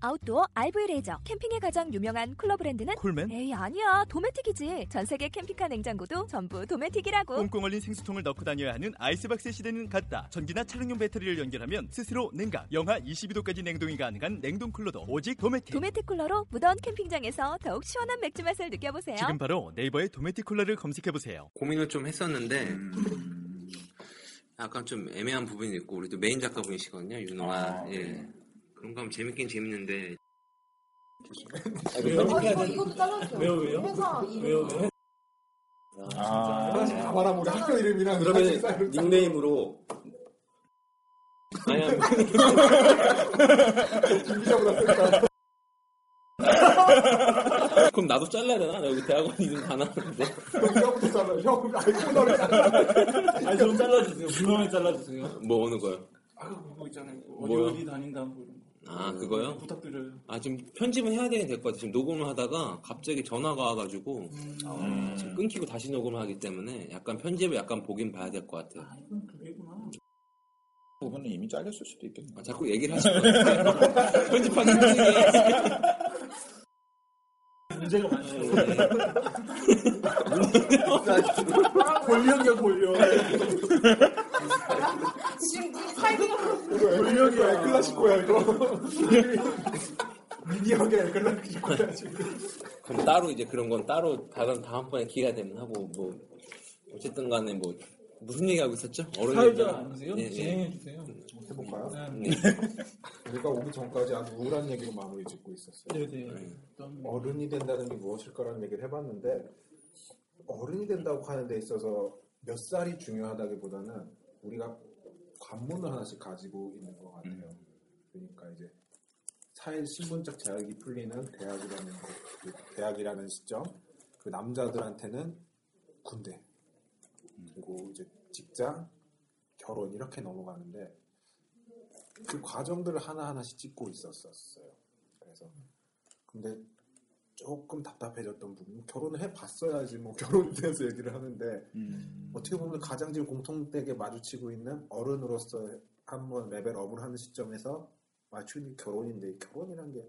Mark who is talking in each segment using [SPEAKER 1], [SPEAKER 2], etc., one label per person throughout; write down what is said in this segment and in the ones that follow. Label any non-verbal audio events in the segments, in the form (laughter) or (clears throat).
[SPEAKER 1] 아웃도어 RV 레저 캠핑에 가장 유명한 쿨러 브랜드는
[SPEAKER 2] 콜맨?
[SPEAKER 1] 에이 아니야 도메틱이지 전 세계 캠핑카 냉장고도 전부 도메틱이라고
[SPEAKER 2] 꽁꽁 얼린 생수통을 넣고 다녀야 하는 아이스박스 시대는 갔다. 전기나 차량용 배터리를 연결하면 스스로 냉각, 영하 22도까지 냉동이 가능한 냉동 쿨러도 오직 도메틱.
[SPEAKER 1] 도메틱 쿨러로 무더운 캠핑장에서 더욱 시원한 맥주 맛을 느껴보세요
[SPEAKER 2] 지금 바로 네이버에 도메틱 쿨러를 검색해 보세요.
[SPEAKER 3] 고민을 좀 했었는데
[SPEAKER 4] 음.
[SPEAKER 3] 약간 좀 애매한 부분이 있고 우리도 메인 작가분이시거든요 윤호가
[SPEAKER 4] 아, 네.
[SPEAKER 3] 예 그런 거 하면 재밌긴 재밌는데
[SPEAKER 5] 바라보게 학교 이름이랑 그러면
[SPEAKER 4] 닉네임으로
[SPEAKER 3] 아니야
[SPEAKER 5] 준비자보다 쓸까
[SPEAKER 4] 그럼 나도 잘라야 되나? 나 여기 대학원 이름 다 나왔는데
[SPEAKER 5] 여기서부터 잘라 형 아이폰으로 잘라
[SPEAKER 6] 아니 좀 잘라주세요. 물론에 잘라주세요.
[SPEAKER 4] 뭐 어느 거요?
[SPEAKER 6] 아까 그거 있잖아요. 어디
[SPEAKER 4] 뭐요?
[SPEAKER 6] 어디 다닌다 뭐 이런 거.
[SPEAKER 4] 아 그거요?
[SPEAKER 6] 부탁드려요.
[SPEAKER 4] 아 지금 편집은 해야 되긴 될 것 같아 지금 녹음을 하다가 갑자기 전화가 와가지고 지금 끊기고 다시 녹음을 하기 때문에 약간 편집을 약간 보긴 봐야 될 것 같아요
[SPEAKER 6] 이건 그게구나.
[SPEAKER 7] 부분은 이미 잘렸을 수도 있겠네.
[SPEAKER 4] 아, 자꾸 얘기를 하시고 (laughs) 편집하는 중에
[SPEAKER 6] 문제가 많이 네, 있어요.
[SPEAKER 5] 권력이야 권력 권력이야 네, 클라시코야 이거 미니하게 클라시코야 지금
[SPEAKER 4] 그럼 따로 이제 그런 건 따로 다른 다음번에 기회가 되면 하고 뭐 어쨌든 간에 뭐 무슨 얘기하고 있었죠?
[SPEAKER 6] 사회자 아니세요? 예,
[SPEAKER 4] 네, 네.
[SPEAKER 6] 진행해 주세요.
[SPEAKER 5] 해볼까요?
[SPEAKER 6] 네,
[SPEAKER 4] 네.
[SPEAKER 5] (laughs) 내가 오기 전까지 아주 우울한 얘기로 마무리 짓고 있었어요
[SPEAKER 6] 네, 네. 어떤
[SPEAKER 5] 어른이 된다는 게 무엇일까라는 얘기를 해봤는데 어른이 된다고 하는 데 있어서 몇 살이 중요하다기보다는 우리가 관문을 하나씩 가지고 있는 것 같아요. 그러니까 이제 사회 신분적 제약이 풀리는 대학이라는 것, 그 대학이라는 시점, 그 남자들한테는 군대, 그리고 이제 직장, 결혼 이렇게 넘어가는데 그 과정들을 하나 하나씩 찍고 있었었어요. 그래서 근데 조금 답답해졌던 부분 결혼을 해봤어야지 뭐 결혼에 대해서 얘기를 하는데 어떻게 보면 가장 지금 공통되게 마주치고 있는 어른으로서 한번 레벨업을 하는 시점에서 아, 맞춘 결혼인데 이 결혼이란 게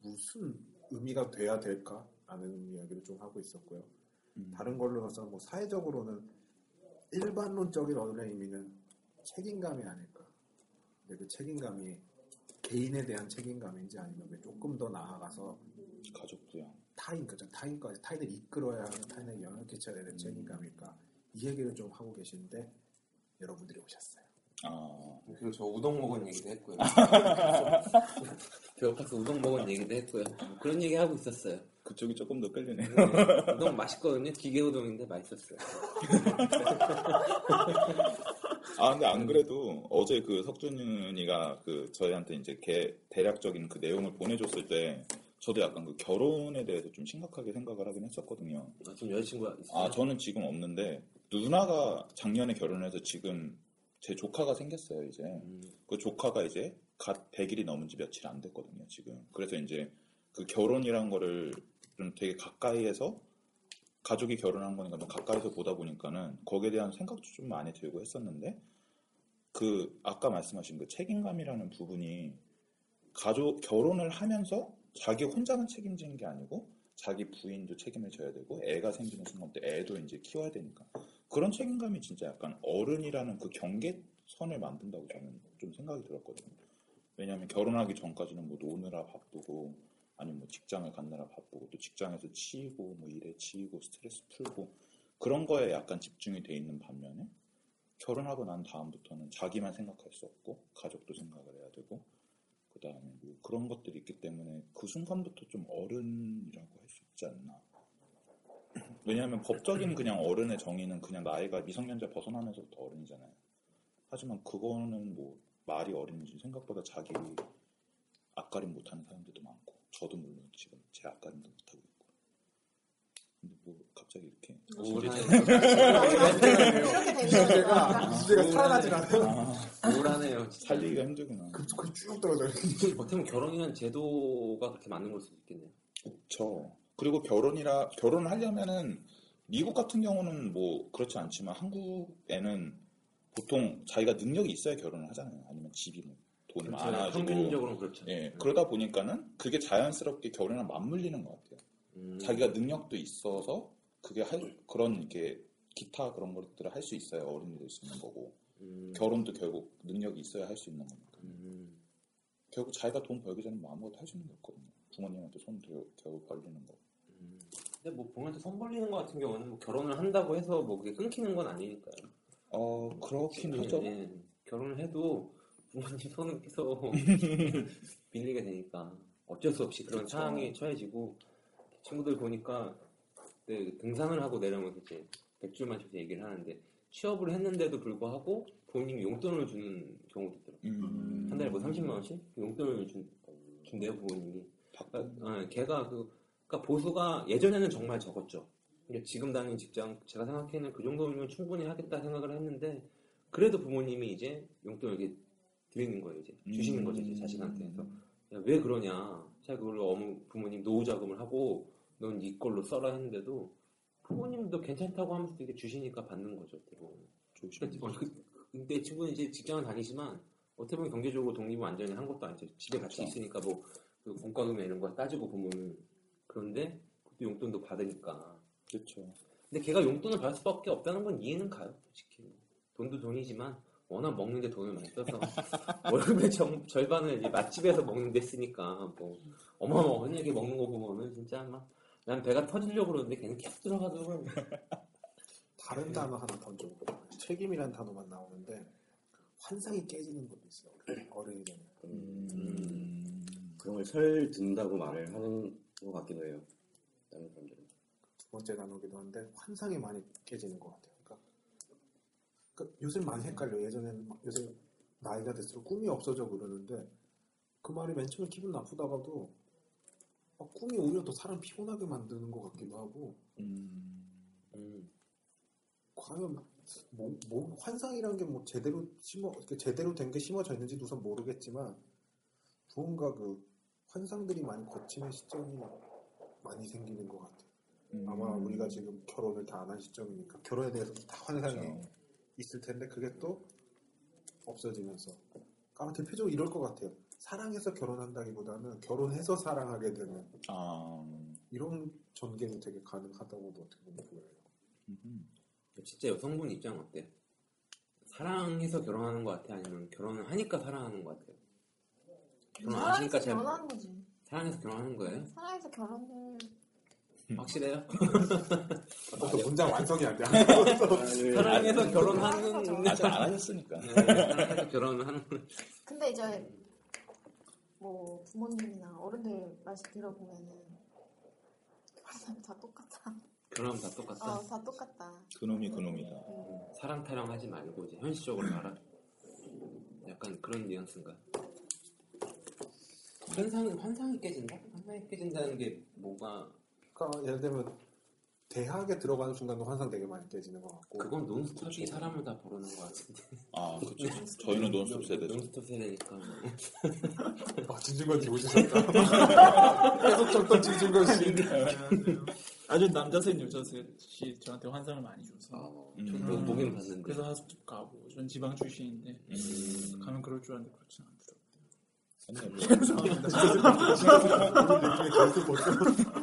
[SPEAKER 5] 무슨 의미가 돼야 될까라는 이야기를 좀 하고 있었고요. 다른 걸로서 뭐 사회적으로는 일반론적인 어른의 의미는 책임감이 아닐까. 근데 그 책임감이 개인에 대한 책임감인지 아니면 왜 조금 더 나아가서
[SPEAKER 7] 가족도요.
[SPEAKER 5] 타인 그죠 타인까지 타인을 이끌어야 하는 타인에게 영향을 끼쳐야 되는 책임감일까 이 얘기를 좀 하고 계신데 여러분들이 오셨어요.
[SPEAKER 7] 아,
[SPEAKER 4] 그리고 저 우동 먹은 얘기도 했고요. (laughs) 배고파서 우동 먹은 얘기도 했고요. 뭐 그런 얘기 하고 (laughs) 있었어요.
[SPEAKER 7] 그쪽이 조금 더 끌리네.
[SPEAKER 4] 네, 우동 맛있거든요. 기계 우동인데 맛있었어요.
[SPEAKER 7] 아, 근데 안 그래도 어제 그 석준이가 그 저희한테 이제 개, 대략적인 그 내용을 보내줬을 때 저도 약간 그 결혼에 대해서 좀 심각하게 생각을 하긴 했었거든요.
[SPEAKER 4] 아, 좀 여자친구가 있어요.
[SPEAKER 7] 아, 저는 지금 없는데 누나가 작년에 결혼해서 지금 제 조카가 생겼어요, 이제.
[SPEAKER 4] 음.
[SPEAKER 7] 그 조카가 이제 갓 100일이 넘은 지 며칠 안 됐거든요, 지금. 그래서 이제 그 결혼이란 거를 좀 되게 가까이에서 가족이 결혼한 거니까 좀 가까이서 보다 보니까는 거기에 대한 생각도 좀 많이 들고 했었는데 그 아까 말씀하신 그 책임감이라는 부분이 가족 결혼을 하면서 자기 혼자만 책임지는 게 아니고 자기 부인도 책임을 져야 되고 애가 생기는 순간부터 애도 이제 키워야 되니까 그런 책임감이 진짜 약간 어른이라는 그 경계선을 만든다고 저는 좀 생각이 들었거든요. 왜냐하면 결혼하기 전까지는 뭐 노느라 바쁘고 아니면 뭐 직장을 갔느라 바쁘고 또 직장에서 치이고 뭐 일에 치이고 스트레스 풀고 그런 거에 약간 집중이 돼 있는 반면에 결혼하고 난 다음부터는 자기만 생각할 수 없고 가족도 생각을 해야 되고 그다음에 뭐 그런 것들이 있기 때문에 그 순간부터 좀 어른이라고 할 수 있지 않나. 왜냐하면
[SPEAKER 4] 음.
[SPEAKER 7] 법적인 그냥 어른의 정의는 그냥 나이가 미성년자 벗어나면서부터 어른이잖아요. 하지만 그거는 뭐 말이 어린지 생각보다 자기 앞가림 못하는 사람들도 많고 저도 물론 지금 제 앞가림도 못하고 있고 근데 뭐 갑자기 이렇게
[SPEAKER 5] 주제가 이 주제가 살아나질 않아요.
[SPEAKER 4] 우울하네요. 진짜. 뭐
[SPEAKER 7] 살리기가 힘들구나.
[SPEAKER 5] 그쭉 떨어져. 요
[SPEAKER 4] 어떻게 보면 결혼이란 제도가 그렇게 맞는 걸 수도 있겠네요.
[SPEAKER 7] 그렇죠. 그리고 결혼이라 결혼을 하려면은 미국 같은 경우는 뭐 그렇지 않지만 한국에는 보통 자기가 능력이 있어야 결혼을 하잖아요. 아니면 집이 뭐 돈이 많아가지고
[SPEAKER 4] 그렇죠. 평균적으로 그렇죠.
[SPEAKER 7] 예 그러다 보니까는 그게 자연스럽게 결혼이랑 맞물리는 것 같아요.
[SPEAKER 4] 음.
[SPEAKER 7] 자기가 능력도 있어서 그게 할 그런 이게 기타 그런 것들을 할 수 있어야 어른이 될 수 있는 거고
[SPEAKER 4] 음.
[SPEAKER 7] 결혼도 결국 능력이 있어야 할 수 있는 거니까
[SPEAKER 4] 음.
[SPEAKER 7] 결국 자기가 돈 벌기 전에 뭐 아무것도 할 수 있는 게 없거든요. 부모님한테 손 들어 겨우 벌리는 거.
[SPEAKER 4] 음. 근데 뭐 본인한테 손 벌리는 것 같은 경우는 뭐 결혼을 한다고 해서 뭐 그게 끊기는 건 아니니까요.
[SPEAKER 7] 어 그렇긴 하죠.
[SPEAKER 4] 예. 결혼을 해도 부모님 손을
[SPEAKER 7] (laughs)
[SPEAKER 4] 계속 빌리게 되니까 어쩔 수 없이 그런
[SPEAKER 7] 그렇죠.
[SPEAKER 4] 상황에 처해지고 친구들 보니까 그때 등산을 하고 내려오면서 이제 맥주 마시면서 얘기를 하는데 취업을 했는데도 불구하고 본인이 용돈을 주는 경우도 있더라고요.
[SPEAKER 7] 음.
[SPEAKER 4] 한 달에 뭐 30만 원씩 용돈을 준, 준대요 부모님이. 그러니까, 어, 걔가 그 그러니까 보수가 예전에는 정말 적었죠. 근데 지금 다니는 직장 제가 생각해는 그 정도면 충분히 하겠다 생각을 했는데 그래도 부모님이 이제 용돈을 이렇게 드리는 거예요 이제
[SPEAKER 7] 음.
[SPEAKER 4] 주시는 거죠 이제 자식한테 해서 야, 왜 그러냐 제가 그걸 어머 부모님 노후 자금을 하고 넌 이걸로 써라 했는데도 부모님도 괜찮다고 하면서 이렇게 주시니까 받는 거죠 어떻게 보면. 그러니까 어, 그- 근데 이 친구는 이제 직장을 다니지만 어떻게 보면 경제적으로 독립을 완전히 한 것도 아니죠 집에 같이
[SPEAKER 7] 그렇죠.
[SPEAKER 4] 있으니까 뭐그 공과금이나 이런 거 따지고 보면 그런데 그것도 용돈도 받으니까
[SPEAKER 7] 그렇죠.
[SPEAKER 4] 근데 걔가 용돈을 받을 수밖에 없다는 건 이해는 가요, 솔직히. 돈도 돈이지만 워낙 먹는데 돈을 많이
[SPEAKER 7] (laughs)
[SPEAKER 4] 써서 월급의 정- 절반을 이제 맛집에서 먹는데 쓰니까 뭐 어마어마하게 먹는 거 보면은 진짜 막 난 배가 터지려고 그러는데 걔는 계속 들어가더라고요.
[SPEAKER 5] 다른 단어 하나 던져볼게요. 책임이란 단어만 나오는데 환상이 깨지는 것도 있어요. 어른이 되면.
[SPEAKER 4] 음.
[SPEAKER 7] 음.
[SPEAKER 8] 그런 걸 설 든다고 말을 하는 것 같기도 해요. 다른 사람들은.
[SPEAKER 5] 두 번째 단어기도 한데 환상이 많이 깨지는 것 같아요. 그러니까, 그러니까 요새 많이 헷갈려. 요 예전에는 막 요새 나이가 들수록 꿈이 없어져 그러는데 그 말이 맨 처음에 기분 나쁘다가도 막 꿈이 오히려 더 사람 피곤하게 만드는 것 같기도 하고
[SPEAKER 4] 음,
[SPEAKER 5] 과연 뭐, 뭐 환상이라는 게 뭐 제대로 심어 이렇게 제대로 된 게 심어져 있는지도 우선 모르겠지만 무언가 그 환상들이 많이 거치는 시점이 많이 생기는 것 같아요.
[SPEAKER 4] 음.
[SPEAKER 5] 아마
[SPEAKER 7] 음.
[SPEAKER 5] 우리가 지금 결혼을 다 안 한 시점이니까 결혼에 대해서도 다 환상이
[SPEAKER 7] 그렇죠.
[SPEAKER 5] 있을 텐데 그게 또 없어지면서 아마 대표적으로 이럴 것 같아요. 사랑해서 결혼한다기보다는 결혼해서 사랑하게 되는
[SPEAKER 7] 아,
[SPEAKER 5] 이런 전개는 되게 가능하다고도 어떻게 보면 보여요.
[SPEAKER 7] 음.
[SPEAKER 4] 진짜 여성분 입장 어때? 사랑해서 결혼하는 것 같아? 아니면 결혼을 하니까 사랑하는 것 같아요? 결혼 안 하니까
[SPEAKER 9] 사랑해서
[SPEAKER 4] 잘
[SPEAKER 9] 결혼하는 거지.
[SPEAKER 4] 사랑해서 결혼하는 거예요?
[SPEAKER 9] 사랑해서 결혼을
[SPEAKER 4] 음. 확실해요?
[SPEAKER 5] 또 문장 완성이 안 돼.
[SPEAKER 4] 네, 사랑해서
[SPEAKER 9] 아,
[SPEAKER 4] 결혼하는
[SPEAKER 9] 사랑해서
[SPEAKER 7] 아직 안 하셨으니까.
[SPEAKER 4] 네, 사랑해서 결혼하는
[SPEAKER 9] 근데 이제 뭐 부모님이나 어른들 말씀 들어보면은 사람이 다 똑같다.
[SPEAKER 4] 결혼하면 다 똑같다.
[SPEAKER 9] 어, 다 똑같다.
[SPEAKER 7] 그놈이 그놈이다.
[SPEAKER 4] 사랑 타령하지 말고 이제 현실적으로 알아. 약간 그런 뉘앙스인가? 환상 환상이 깨진다. 환상이 깨진다는 게 뭐가
[SPEAKER 5] 그러니까 예를 들면 대학에 들어가는 순간도 환상 되게 많이 깨지는 것 같고
[SPEAKER 4] 뭐 그건 논스톱이 사람을 다 버리는 것 같은데.
[SPEAKER 7] 아, 그렇죠. 저희는 논술 세대죠.
[SPEAKER 4] 논스톱 세대니까.
[SPEAKER 5] 아, 진중권 씨 오셨다. (laughs) 계속 적던 진중권 씨.
[SPEAKER 6] (laughs) 아주 남자셋 여자셋이 저한테 환상을 많이 줘서
[SPEAKER 7] 음.
[SPEAKER 4] 저도 보긴 봤는데.
[SPEAKER 6] 그래서 하숙집 가고 전 지방 출신인데 가면 그럴 줄 알았는데 그렇진 않더라고요.
[SPEAKER 7] 근데 뭐,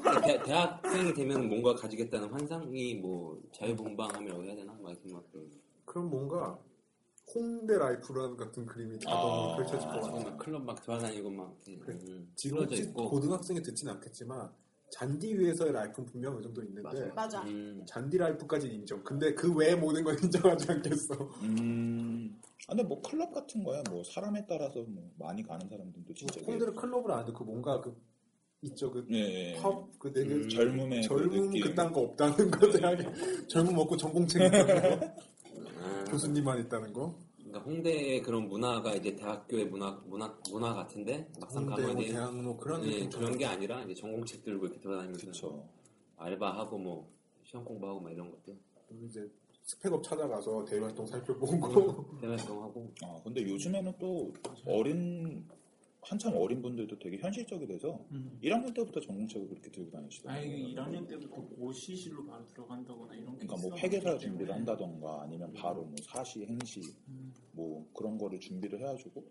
[SPEAKER 4] 그러니까 대, 대학생이 되면 뭔가 가지겠다는 환상이 뭐 자유분방함이라고 해야 되나? 막 이렇게 막 그런.
[SPEAKER 5] (laughs) 그럼 뭔가 홍대 라이프라는 같은 그림이 다
[SPEAKER 7] 아,
[SPEAKER 5] 너무 펼쳐질 것
[SPEAKER 4] 지금
[SPEAKER 5] 같아요.
[SPEAKER 4] 막 클럽 막 돌아다니고 막 이렇게
[SPEAKER 5] 그래.
[SPEAKER 4] 음,
[SPEAKER 5] 지금
[SPEAKER 4] 찌그러져
[SPEAKER 5] 혹시
[SPEAKER 4] 있고.
[SPEAKER 5] 고등학생이 듣진 않겠지만 잔디 위에서의 라이프는 분명 어느 정도 있는데
[SPEAKER 9] 맞아.
[SPEAKER 4] 음.
[SPEAKER 5] 잔디 라이프까지 인정. 근데 그 외에 모든 걸 (laughs) 인정하지 않겠어.
[SPEAKER 7] 음. 아, 근데 뭐 클럽 같은 거야. 뭐 사람에 따라서 뭐 많이 가는 사람들도 진짜. 이게-
[SPEAKER 5] 홍대는 클럽을 안 듣고 뭔가 그 있죠 그
[SPEAKER 7] 예, 예.
[SPEAKER 5] 팝 그 되게
[SPEAKER 4] 음.
[SPEAKER 7] 젊음의 그
[SPEAKER 5] 젊음
[SPEAKER 7] 느낌.
[SPEAKER 5] 그딴 거 없다는 거 대학에 (laughs) 젊음 없고 전공책
[SPEAKER 7] (laughs)
[SPEAKER 5] 있다는 거
[SPEAKER 4] 아.
[SPEAKER 5] 교수님만 있다는 거.
[SPEAKER 4] 그러니까 홍대의 그런 문화가 이제 대학교의 문화 문화 문화 같은데 막상
[SPEAKER 5] 홍대 뭐
[SPEAKER 4] 가면
[SPEAKER 5] 대학 뭐 그런
[SPEAKER 7] 네,
[SPEAKER 4] 예,
[SPEAKER 5] 느낌
[SPEAKER 4] 그런 게 아니라 이제 전공책 들고 이렇게 돌아다니면서
[SPEAKER 7] 그렇죠.
[SPEAKER 4] 알바하고 뭐 시험 공부하고 막 이런 것들
[SPEAKER 5] 그리고 이제 스펙업 찾아가서 대외활동
[SPEAKER 7] 음.
[SPEAKER 5] 살펴보고
[SPEAKER 4] 대활동하고
[SPEAKER 7] 아, 근데 요즘에는 또 어린 한참 어린 분들도 되게 현실적이 돼서 1학년 때부터 전공책을 그렇게 들고
[SPEAKER 6] 음. 아니
[SPEAKER 7] 다니시더라고요.
[SPEAKER 6] 1학년 때부터 뭐 고시실로 바로 들어간다거나 이런 게
[SPEAKER 7] 그러니까
[SPEAKER 6] 있어가지고
[SPEAKER 7] 뭐 회계사
[SPEAKER 6] 때문에. 음.
[SPEAKER 7] 준비를 한다던가 아니면 바로 뭐 사시 행시 뭐 그런 거를 준비를 해가지고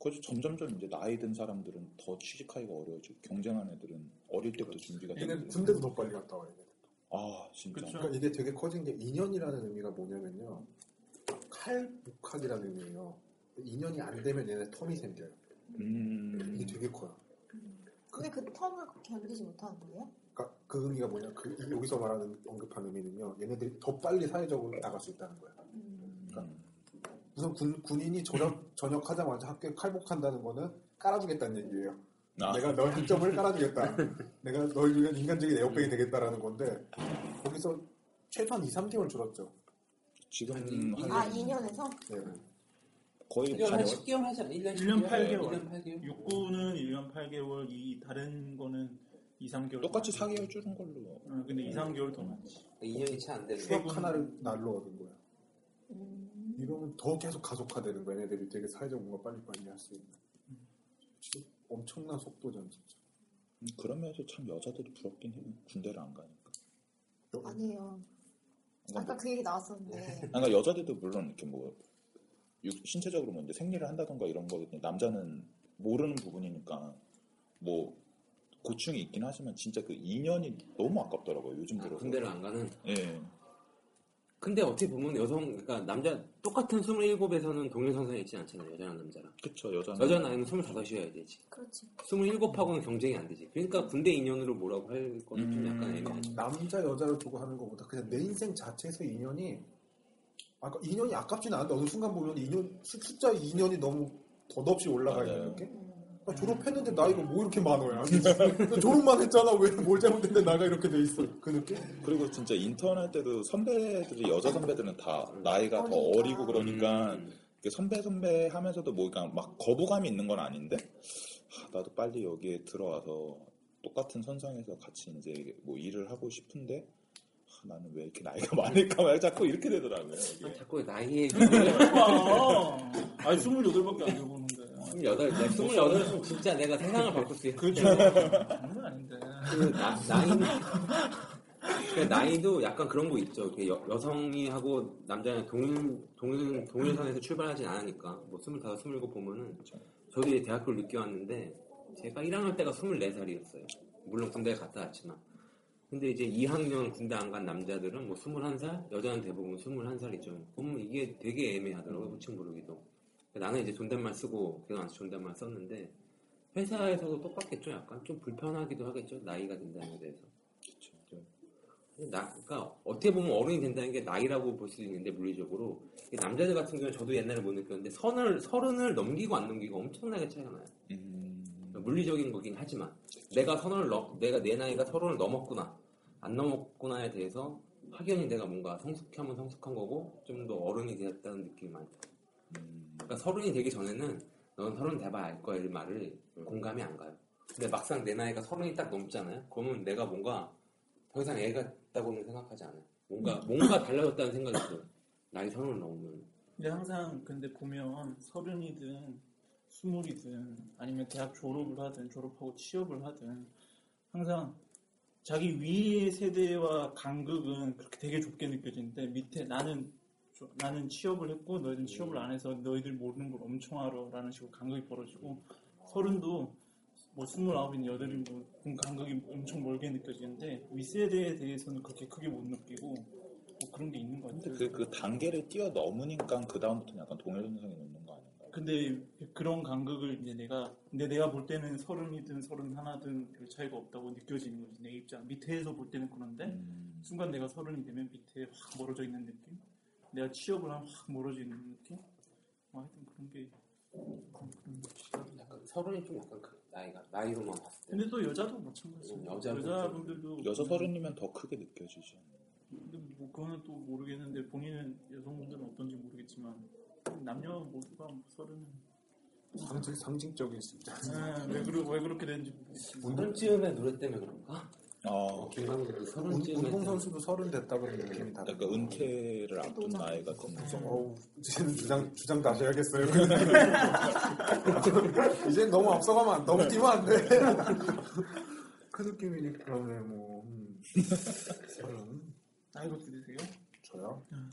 [SPEAKER 7] 그래서 점점점 이제 나이 든 사람들은 더 취직하기가 어려워지고 경쟁한 애들은 어릴 때부터 준비가
[SPEAKER 5] (laughs) 얘는
[SPEAKER 7] 되는
[SPEAKER 5] 군대도 더 빨리 갔다 와요.
[SPEAKER 7] 아 진짜
[SPEAKER 5] 그러니까 이게 되게 커진 게 인연이라는 의미가 뭐냐면요. 칼복학이라는 의미예요. 인연이 안 되면 얘네 텀이 생겨요.
[SPEAKER 7] 음.
[SPEAKER 5] 이게 되게 커요.
[SPEAKER 9] 근데 그 텀을 견디지 못하는 거예요?
[SPEAKER 5] 그러니까 그 의미가 뭐냐? 그 이- 여기서 말하는 언급한 의미는요. 얘네들이 더 빨리 사회적으로 나갈 수 있다는 거예요.
[SPEAKER 4] 음.
[SPEAKER 5] 그러니까 우선 군, 군인이 전역, 전역하자마자 학교에 칼복한다는 거는 깔아주겠다는 얘기예요.
[SPEAKER 7] 아.
[SPEAKER 5] 내가 널 학점을 깔아주겠다. 내가 널 위한 인간적인 에어백이 되겠다라는 건데 거기서 최소한 2, 3개월 줄었죠.
[SPEAKER 7] 지금
[SPEAKER 9] 아,
[SPEAKER 7] 한
[SPEAKER 9] 2년에서?
[SPEAKER 5] 네.
[SPEAKER 7] 거의
[SPEAKER 4] 1년 한
[SPEAKER 7] 반월
[SPEAKER 4] 10개월 하지 않아? 1년
[SPEAKER 6] 1년
[SPEAKER 4] 1년
[SPEAKER 6] 8개월.
[SPEAKER 4] 8개월?
[SPEAKER 6] 육군은 1년 8개월, 이 다른 거는 2, 3개월.
[SPEAKER 7] 똑같이 4개월 줄은 걸로
[SPEAKER 6] 어, 근데 2, 3개월 더 많지.
[SPEAKER 4] 그러니까 2년이 채 안 되는
[SPEAKER 5] 추억
[SPEAKER 6] 대부분-
[SPEAKER 5] 하나를 날로 얻은 거예요.
[SPEAKER 9] 음.
[SPEAKER 5] 이러면 더 계속 가속화되는 거야. 얘네들이 되게 사회적 뭔가 빨리빨리 할 수 있는. 진짜 엄청난 속도전 진짜.
[SPEAKER 7] 음, 그러면서 참 여자들이 부럽긴 해요. 군대를 안 가니까.
[SPEAKER 9] 아니에요. 아까 그 얘기
[SPEAKER 4] 네.
[SPEAKER 9] 나왔었는데.
[SPEAKER 7] 그러니까 여자들도 물론 이렇게 뭐 육- 신체적으로 뭐 이제 생리를 한다던가 이런 거거든요. 남자는 모르는 부분이니까 뭐 고충이 있긴 하지만 진짜 그 인연이 너무 아깝더라고요. 요즘
[SPEAKER 4] 아,
[SPEAKER 7] 들어서.
[SPEAKER 4] 군대를 안 가는
[SPEAKER 7] 예.
[SPEAKER 4] 근데 어떻게 보면 여성 그러니까 남자 똑같은 27에서는 동일선상에 있지 않잖아요 여자랑 남자랑
[SPEAKER 7] 그쵸 여자는
[SPEAKER 4] 여자 나이는 25이어야 되지
[SPEAKER 9] 그렇지.
[SPEAKER 4] 27하고는 경쟁이 안 되지 그러니까 군대 인연으로 뭐라고 할 거는 좀
[SPEAKER 7] 음.
[SPEAKER 4] 약간 애매하지
[SPEAKER 5] 남자 여자를 보고 하는 것보다 그냥 내 인생 자체에서 인연이 아까 인연이 아깝진 않은데 어느 순간 보면 인연 수- 숫자 2년이 너무 덧없이 올라가
[SPEAKER 7] 맞아요.
[SPEAKER 5] 있는 게 아, 졸업했는데 나이가 뭐 이렇게 많아요? 졸업만 했잖아 왜 뭘 잘못했는데 나이가 이렇게 돼 있어 그 느낌?
[SPEAKER 7] 그리고 진짜 인턴 할 때도 선배들이 여자 선배들은 다 나이가 더 어리고
[SPEAKER 4] 음,
[SPEAKER 7] 그러니까 이렇게 선배 선배 하면서도 뭐 그냥 막 거부감이 있는 건 아닌데 아, 나도 빨리 여기에 들어와서 똑같은 선상에서 같이 이제 뭐 일을 하고 싶은데 아, 나는 왜 이렇게 나이가 (laughs) 많을까 말 자꾸 이렇게 되더라고요.
[SPEAKER 4] 아,
[SPEAKER 7] 이게.
[SPEAKER 4] 자꾸
[SPEAKER 6] (laughs)
[SPEAKER 4] 나이에
[SPEAKER 6] 아, 아니 28밖에 안 되고는데.
[SPEAKER 4] 28, 나 28이면 진짜 내가 세상을 바꿀 수 있어.
[SPEAKER 6] 그죠. 장난 아닌데.
[SPEAKER 4] 그 나, 나이는 그 나이도 약간 그런 거 있죠. 그 여, 여성이 하고 남자는 동일 동일 동일선에서 출발하진 않으니까 뭐 스물다섯, 스물일곱 보면은 저도 이제 대학교를 늦게 왔는데 제가 1학년 때가 24살이었어요. 물론 군대 갔다 왔지만 근데 이제 2학년 군대 안 간 남자들은 뭐 21살, 여자는 대부분 21살이죠. 그럼 이게 되게 애매하더라고요. 호칭 부르기도. 나는 이제 존댓말 쓰고 그동안 존댓말 썼는데 회사에서도 똑같겠죠. 약간 좀 불편하기도 하겠죠. 나이가 된다는 데 대해서. 근데 나, 그러니까 어떻게 보면 어른이 된다는 게 나이라고 볼 수도 있는데 물리적으로 이게 남자들 같은 경우는 저도 옛날에 못 느꼈는데 선을 서른을 넘기고 안 넘기고 엄청나게 차이가 나요. 그러니까
[SPEAKER 7] 음,
[SPEAKER 4] 물리적인 거긴 하지만 내가 선을 넘 내가 내 나이가 서른을 넘었구나 안 넘었구나에 대해서 확연히 내가 뭔가 성숙하면 성숙한 거고 좀 더 어른이 되었다는 느낌이 많이 들어요. 그러니까 서른이 되기 전에는 넌 서른 돼봐 알 거야 이 말을 공감이 안 가요. 근데 막상 내 나이가 서른이 딱 넘잖아요. 그러면 내가 뭔가 더 이상 애 같다고는 생각하지 않아요. 뭔가 뭔가 달라졌다는 생각이 들어요. 나이 서른을 넘으면
[SPEAKER 6] 근데 항상 근데 보면 서른이든 스물이든 아니면 대학 졸업을 하든 졸업하고 취업을 하든 항상 자기 위의 세대와 간극은 그렇게 되게 좁게 느껴지는데 밑에 나는 조- 나는 취업을 했고 너희들 은 취업을 안 해서 너희들 모르는 걸 엄청 알아라는 식으로 간극이 벌어지고 서른도 뭐 스물아홉인 여덟인 뭐그 간극이 엄청 멀게 느껴지는데 윗세대에 대해서는 그렇게 크게 못 느끼고 뭐 그런 게 있는 것 같아요.
[SPEAKER 7] 근데 그, 그 단계를 뛰어넘으니까 그 다음부터는 약간 동일선상에 놓는 거 아닌가요?
[SPEAKER 6] 근데 그런 간극을 이제 내가 근데 내가 볼 때는 서른이든 서른 하나든 별 차이가 없다고 느껴지는 거지 내 입장 밑에서 볼 때는 그런데
[SPEAKER 7] 음,
[SPEAKER 6] 순간 내가 서른이 되면 밑에 확 멀어져 있는 느낌 내가 취업을 하면 확 멀어져 있는 느낌 뭐 하여튼 그런 게 그런, 그런 거
[SPEAKER 4] 약간 서른이 좀 약간 그 나이가 나이로만 봤을 때
[SPEAKER 6] 근데 또 여자도 마찬가지
[SPEAKER 4] 음, 여자분들.
[SPEAKER 6] 여자분들도
[SPEAKER 7] 여자 서른이면 더 크게 느껴지죠.
[SPEAKER 6] 근데 뭐 그거는 또 모르겠는데 본인은 여성분들은 어떤지 모르겠지만 남녀 모두가 뭐 서른은
[SPEAKER 5] 상징, 상징적인 숫자
[SPEAKER 6] 아, 왜, 그러, 왜 그렇게 되는지 모르겠어요
[SPEAKER 4] 운동쯤의 노래 때문에 그런가?
[SPEAKER 7] 어,
[SPEAKER 4] 김광현이 서른
[SPEAKER 5] 운동선수도 서른 됐다고 하는 느낌이 다
[SPEAKER 7] 약간 그러니까 은퇴를 앞둔 나이 같은 구성.
[SPEAKER 5] 어우, 이제는 주장, 주장 다시 해야겠어요. (laughs) 이제는 너무 앞서가면 안, 너무 뛰면 안 돼. 그 느낌이니까, 그러네, 뭐. 음. 서른.
[SPEAKER 6] 나이 어떻게 되세요?
[SPEAKER 5] 저요?
[SPEAKER 6] 응.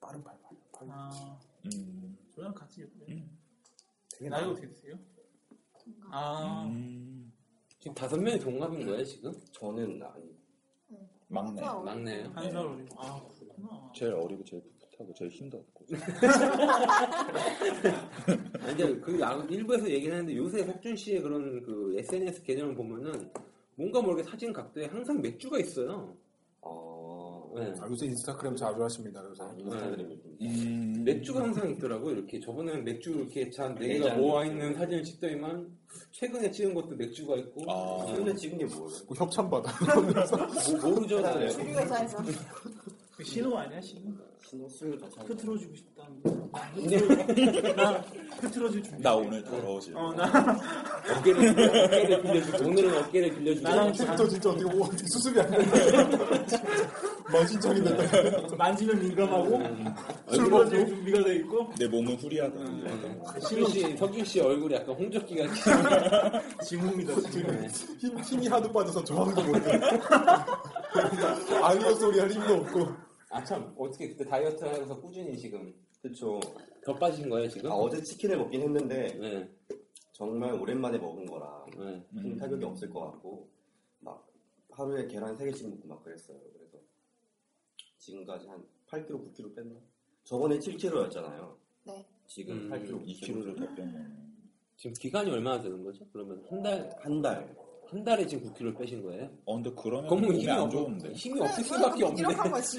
[SPEAKER 5] 빠른 팔, 팔, 팔.
[SPEAKER 6] 아,
[SPEAKER 7] 음,
[SPEAKER 6] 저랑 같이 예쁘네.
[SPEAKER 5] 되게
[SPEAKER 6] 나이
[SPEAKER 5] 나이
[SPEAKER 6] 어떻게 되세요? 아,
[SPEAKER 7] 음,
[SPEAKER 4] 지금 다섯 명이 동갑인 거예요 지금?
[SPEAKER 8] 저는 아니
[SPEAKER 7] 막내.
[SPEAKER 4] 막내요.
[SPEAKER 6] 한 살 어리고. 아, 그렇구나.
[SPEAKER 7] 제일 어리고 제일 풋풋하고 제일 힘도 (laughs) 없고.
[SPEAKER 4] 아니 근데 그 야- 일부에서 얘기를 했는데 요새 석준 씨의 그런 그 SNS 계정을 보면은 뭔가 모르게 사진 각도에 항상 맥주가 있어요.
[SPEAKER 8] 어
[SPEAKER 4] 네.
[SPEAKER 5] 아, 요새 인스타그램 자주 하십니다, 요새.
[SPEAKER 7] 음,
[SPEAKER 4] 맥주가 항상 있더라고 요 이렇게 저번에는 맥주 이렇게 잔네
[SPEAKER 8] 네
[SPEAKER 4] 개가
[SPEAKER 8] 잔.
[SPEAKER 4] 모아 있는 사진을 찍더니만 최근에 찍은 것도 맥주가 있고
[SPEAKER 7] 아.
[SPEAKER 8] 최근에 찍은 게 뭐예요?
[SPEAKER 5] 뭐 협찬받아.
[SPEAKER 4] 뭐, 모르죠
[SPEAKER 8] 아, 네.
[SPEAKER 4] (laughs)
[SPEAKER 9] 주류 여자에서
[SPEAKER 6] 그 신호 아니야, 신호?
[SPEAKER 8] 신호 술 같이 하는 거.
[SPEAKER 6] 흐트러지고 싶다는 거. 그 나 흐트러- 나 흐트러질 그 준비.
[SPEAKER 7] 나 오늘 더러워질.
[SPEAKER 6] 어, 나
[SPEAKER 4] 어깨를 빌려- 어깨를 빌려주고 오늘은 어깨를 빌려주고
[SPEAKER 6] 나랑
[SPEAKER 5] 저 진짜 어떻게, 오, 어떻게 수습이 안 (laughs) 된다. 만신창이 된다.
[SPEAKER 6] 만지면
[SPEAKER 7] 음.
[SPEAKER 6] 민감하고 술 마실 준비가 돼 있고
[SPEAKER 7] 내 몸은 후리하다. 음.
[SPEAKER 4] 석준 씨 석준 씨 얼굴에 약간 홍조기가
[SPEAKER 6] 지문이다 지문.
[SPEAKER 5] 힘, 힘이 하도 빠져서 저항도 못해. 아니요 소리 할 힘도 없고.
[SPEAKER 4] (laughs) 아참 어떻게 그때 다이어트를 하고서 꾸준히 지금
[SPEAKER 8] 그쵸
[SPEAKER 4] 더 빠진 거예요 지금?
[SPEAKER 8] 아, 어제 치킨을 먹긴 했는데
[SPEAKER 4] 네,
[SPEAKER 8] 정말 오랜만에 먹은 거라 음.
[SPEAKER 4] 네.
[SPEAKER 8] 큰 타격이 없을 것 같고 막 하루에 계란 3개씩 먹고 막 그랬어요 그래서 지금까지 한 8kg, 9kg 뺐나? 저번에 7kg였잖아요
[SPEAKER 9] 네.
[SPEAKER 8] 지금
[SPEAKER 4] 음,
[SPEAKER 8] 8kg,
[SPEAKER 7] 2kg를 더 빼면.
[SPEAKER 4] 지금 기간이 얼마나 되는 거죠? 그러면 한 달 한
[SPEAKER 8] 2kg한
[SPEAKER 4] 달에 지금 9kg를 빼신 거예요?
[SPEAKER 7] 어, 근데 그러면
[SPEAKER 4] 그러면
[SPEAKER 7] 몸이 안
[SPEAKER 8] 네.
[SPEAKER 7] 좋은데.
[SPEAKER 4] 힘이 없을 수밖에 없는데
[SPEAKER 9] 네, 이렇게 한 거지.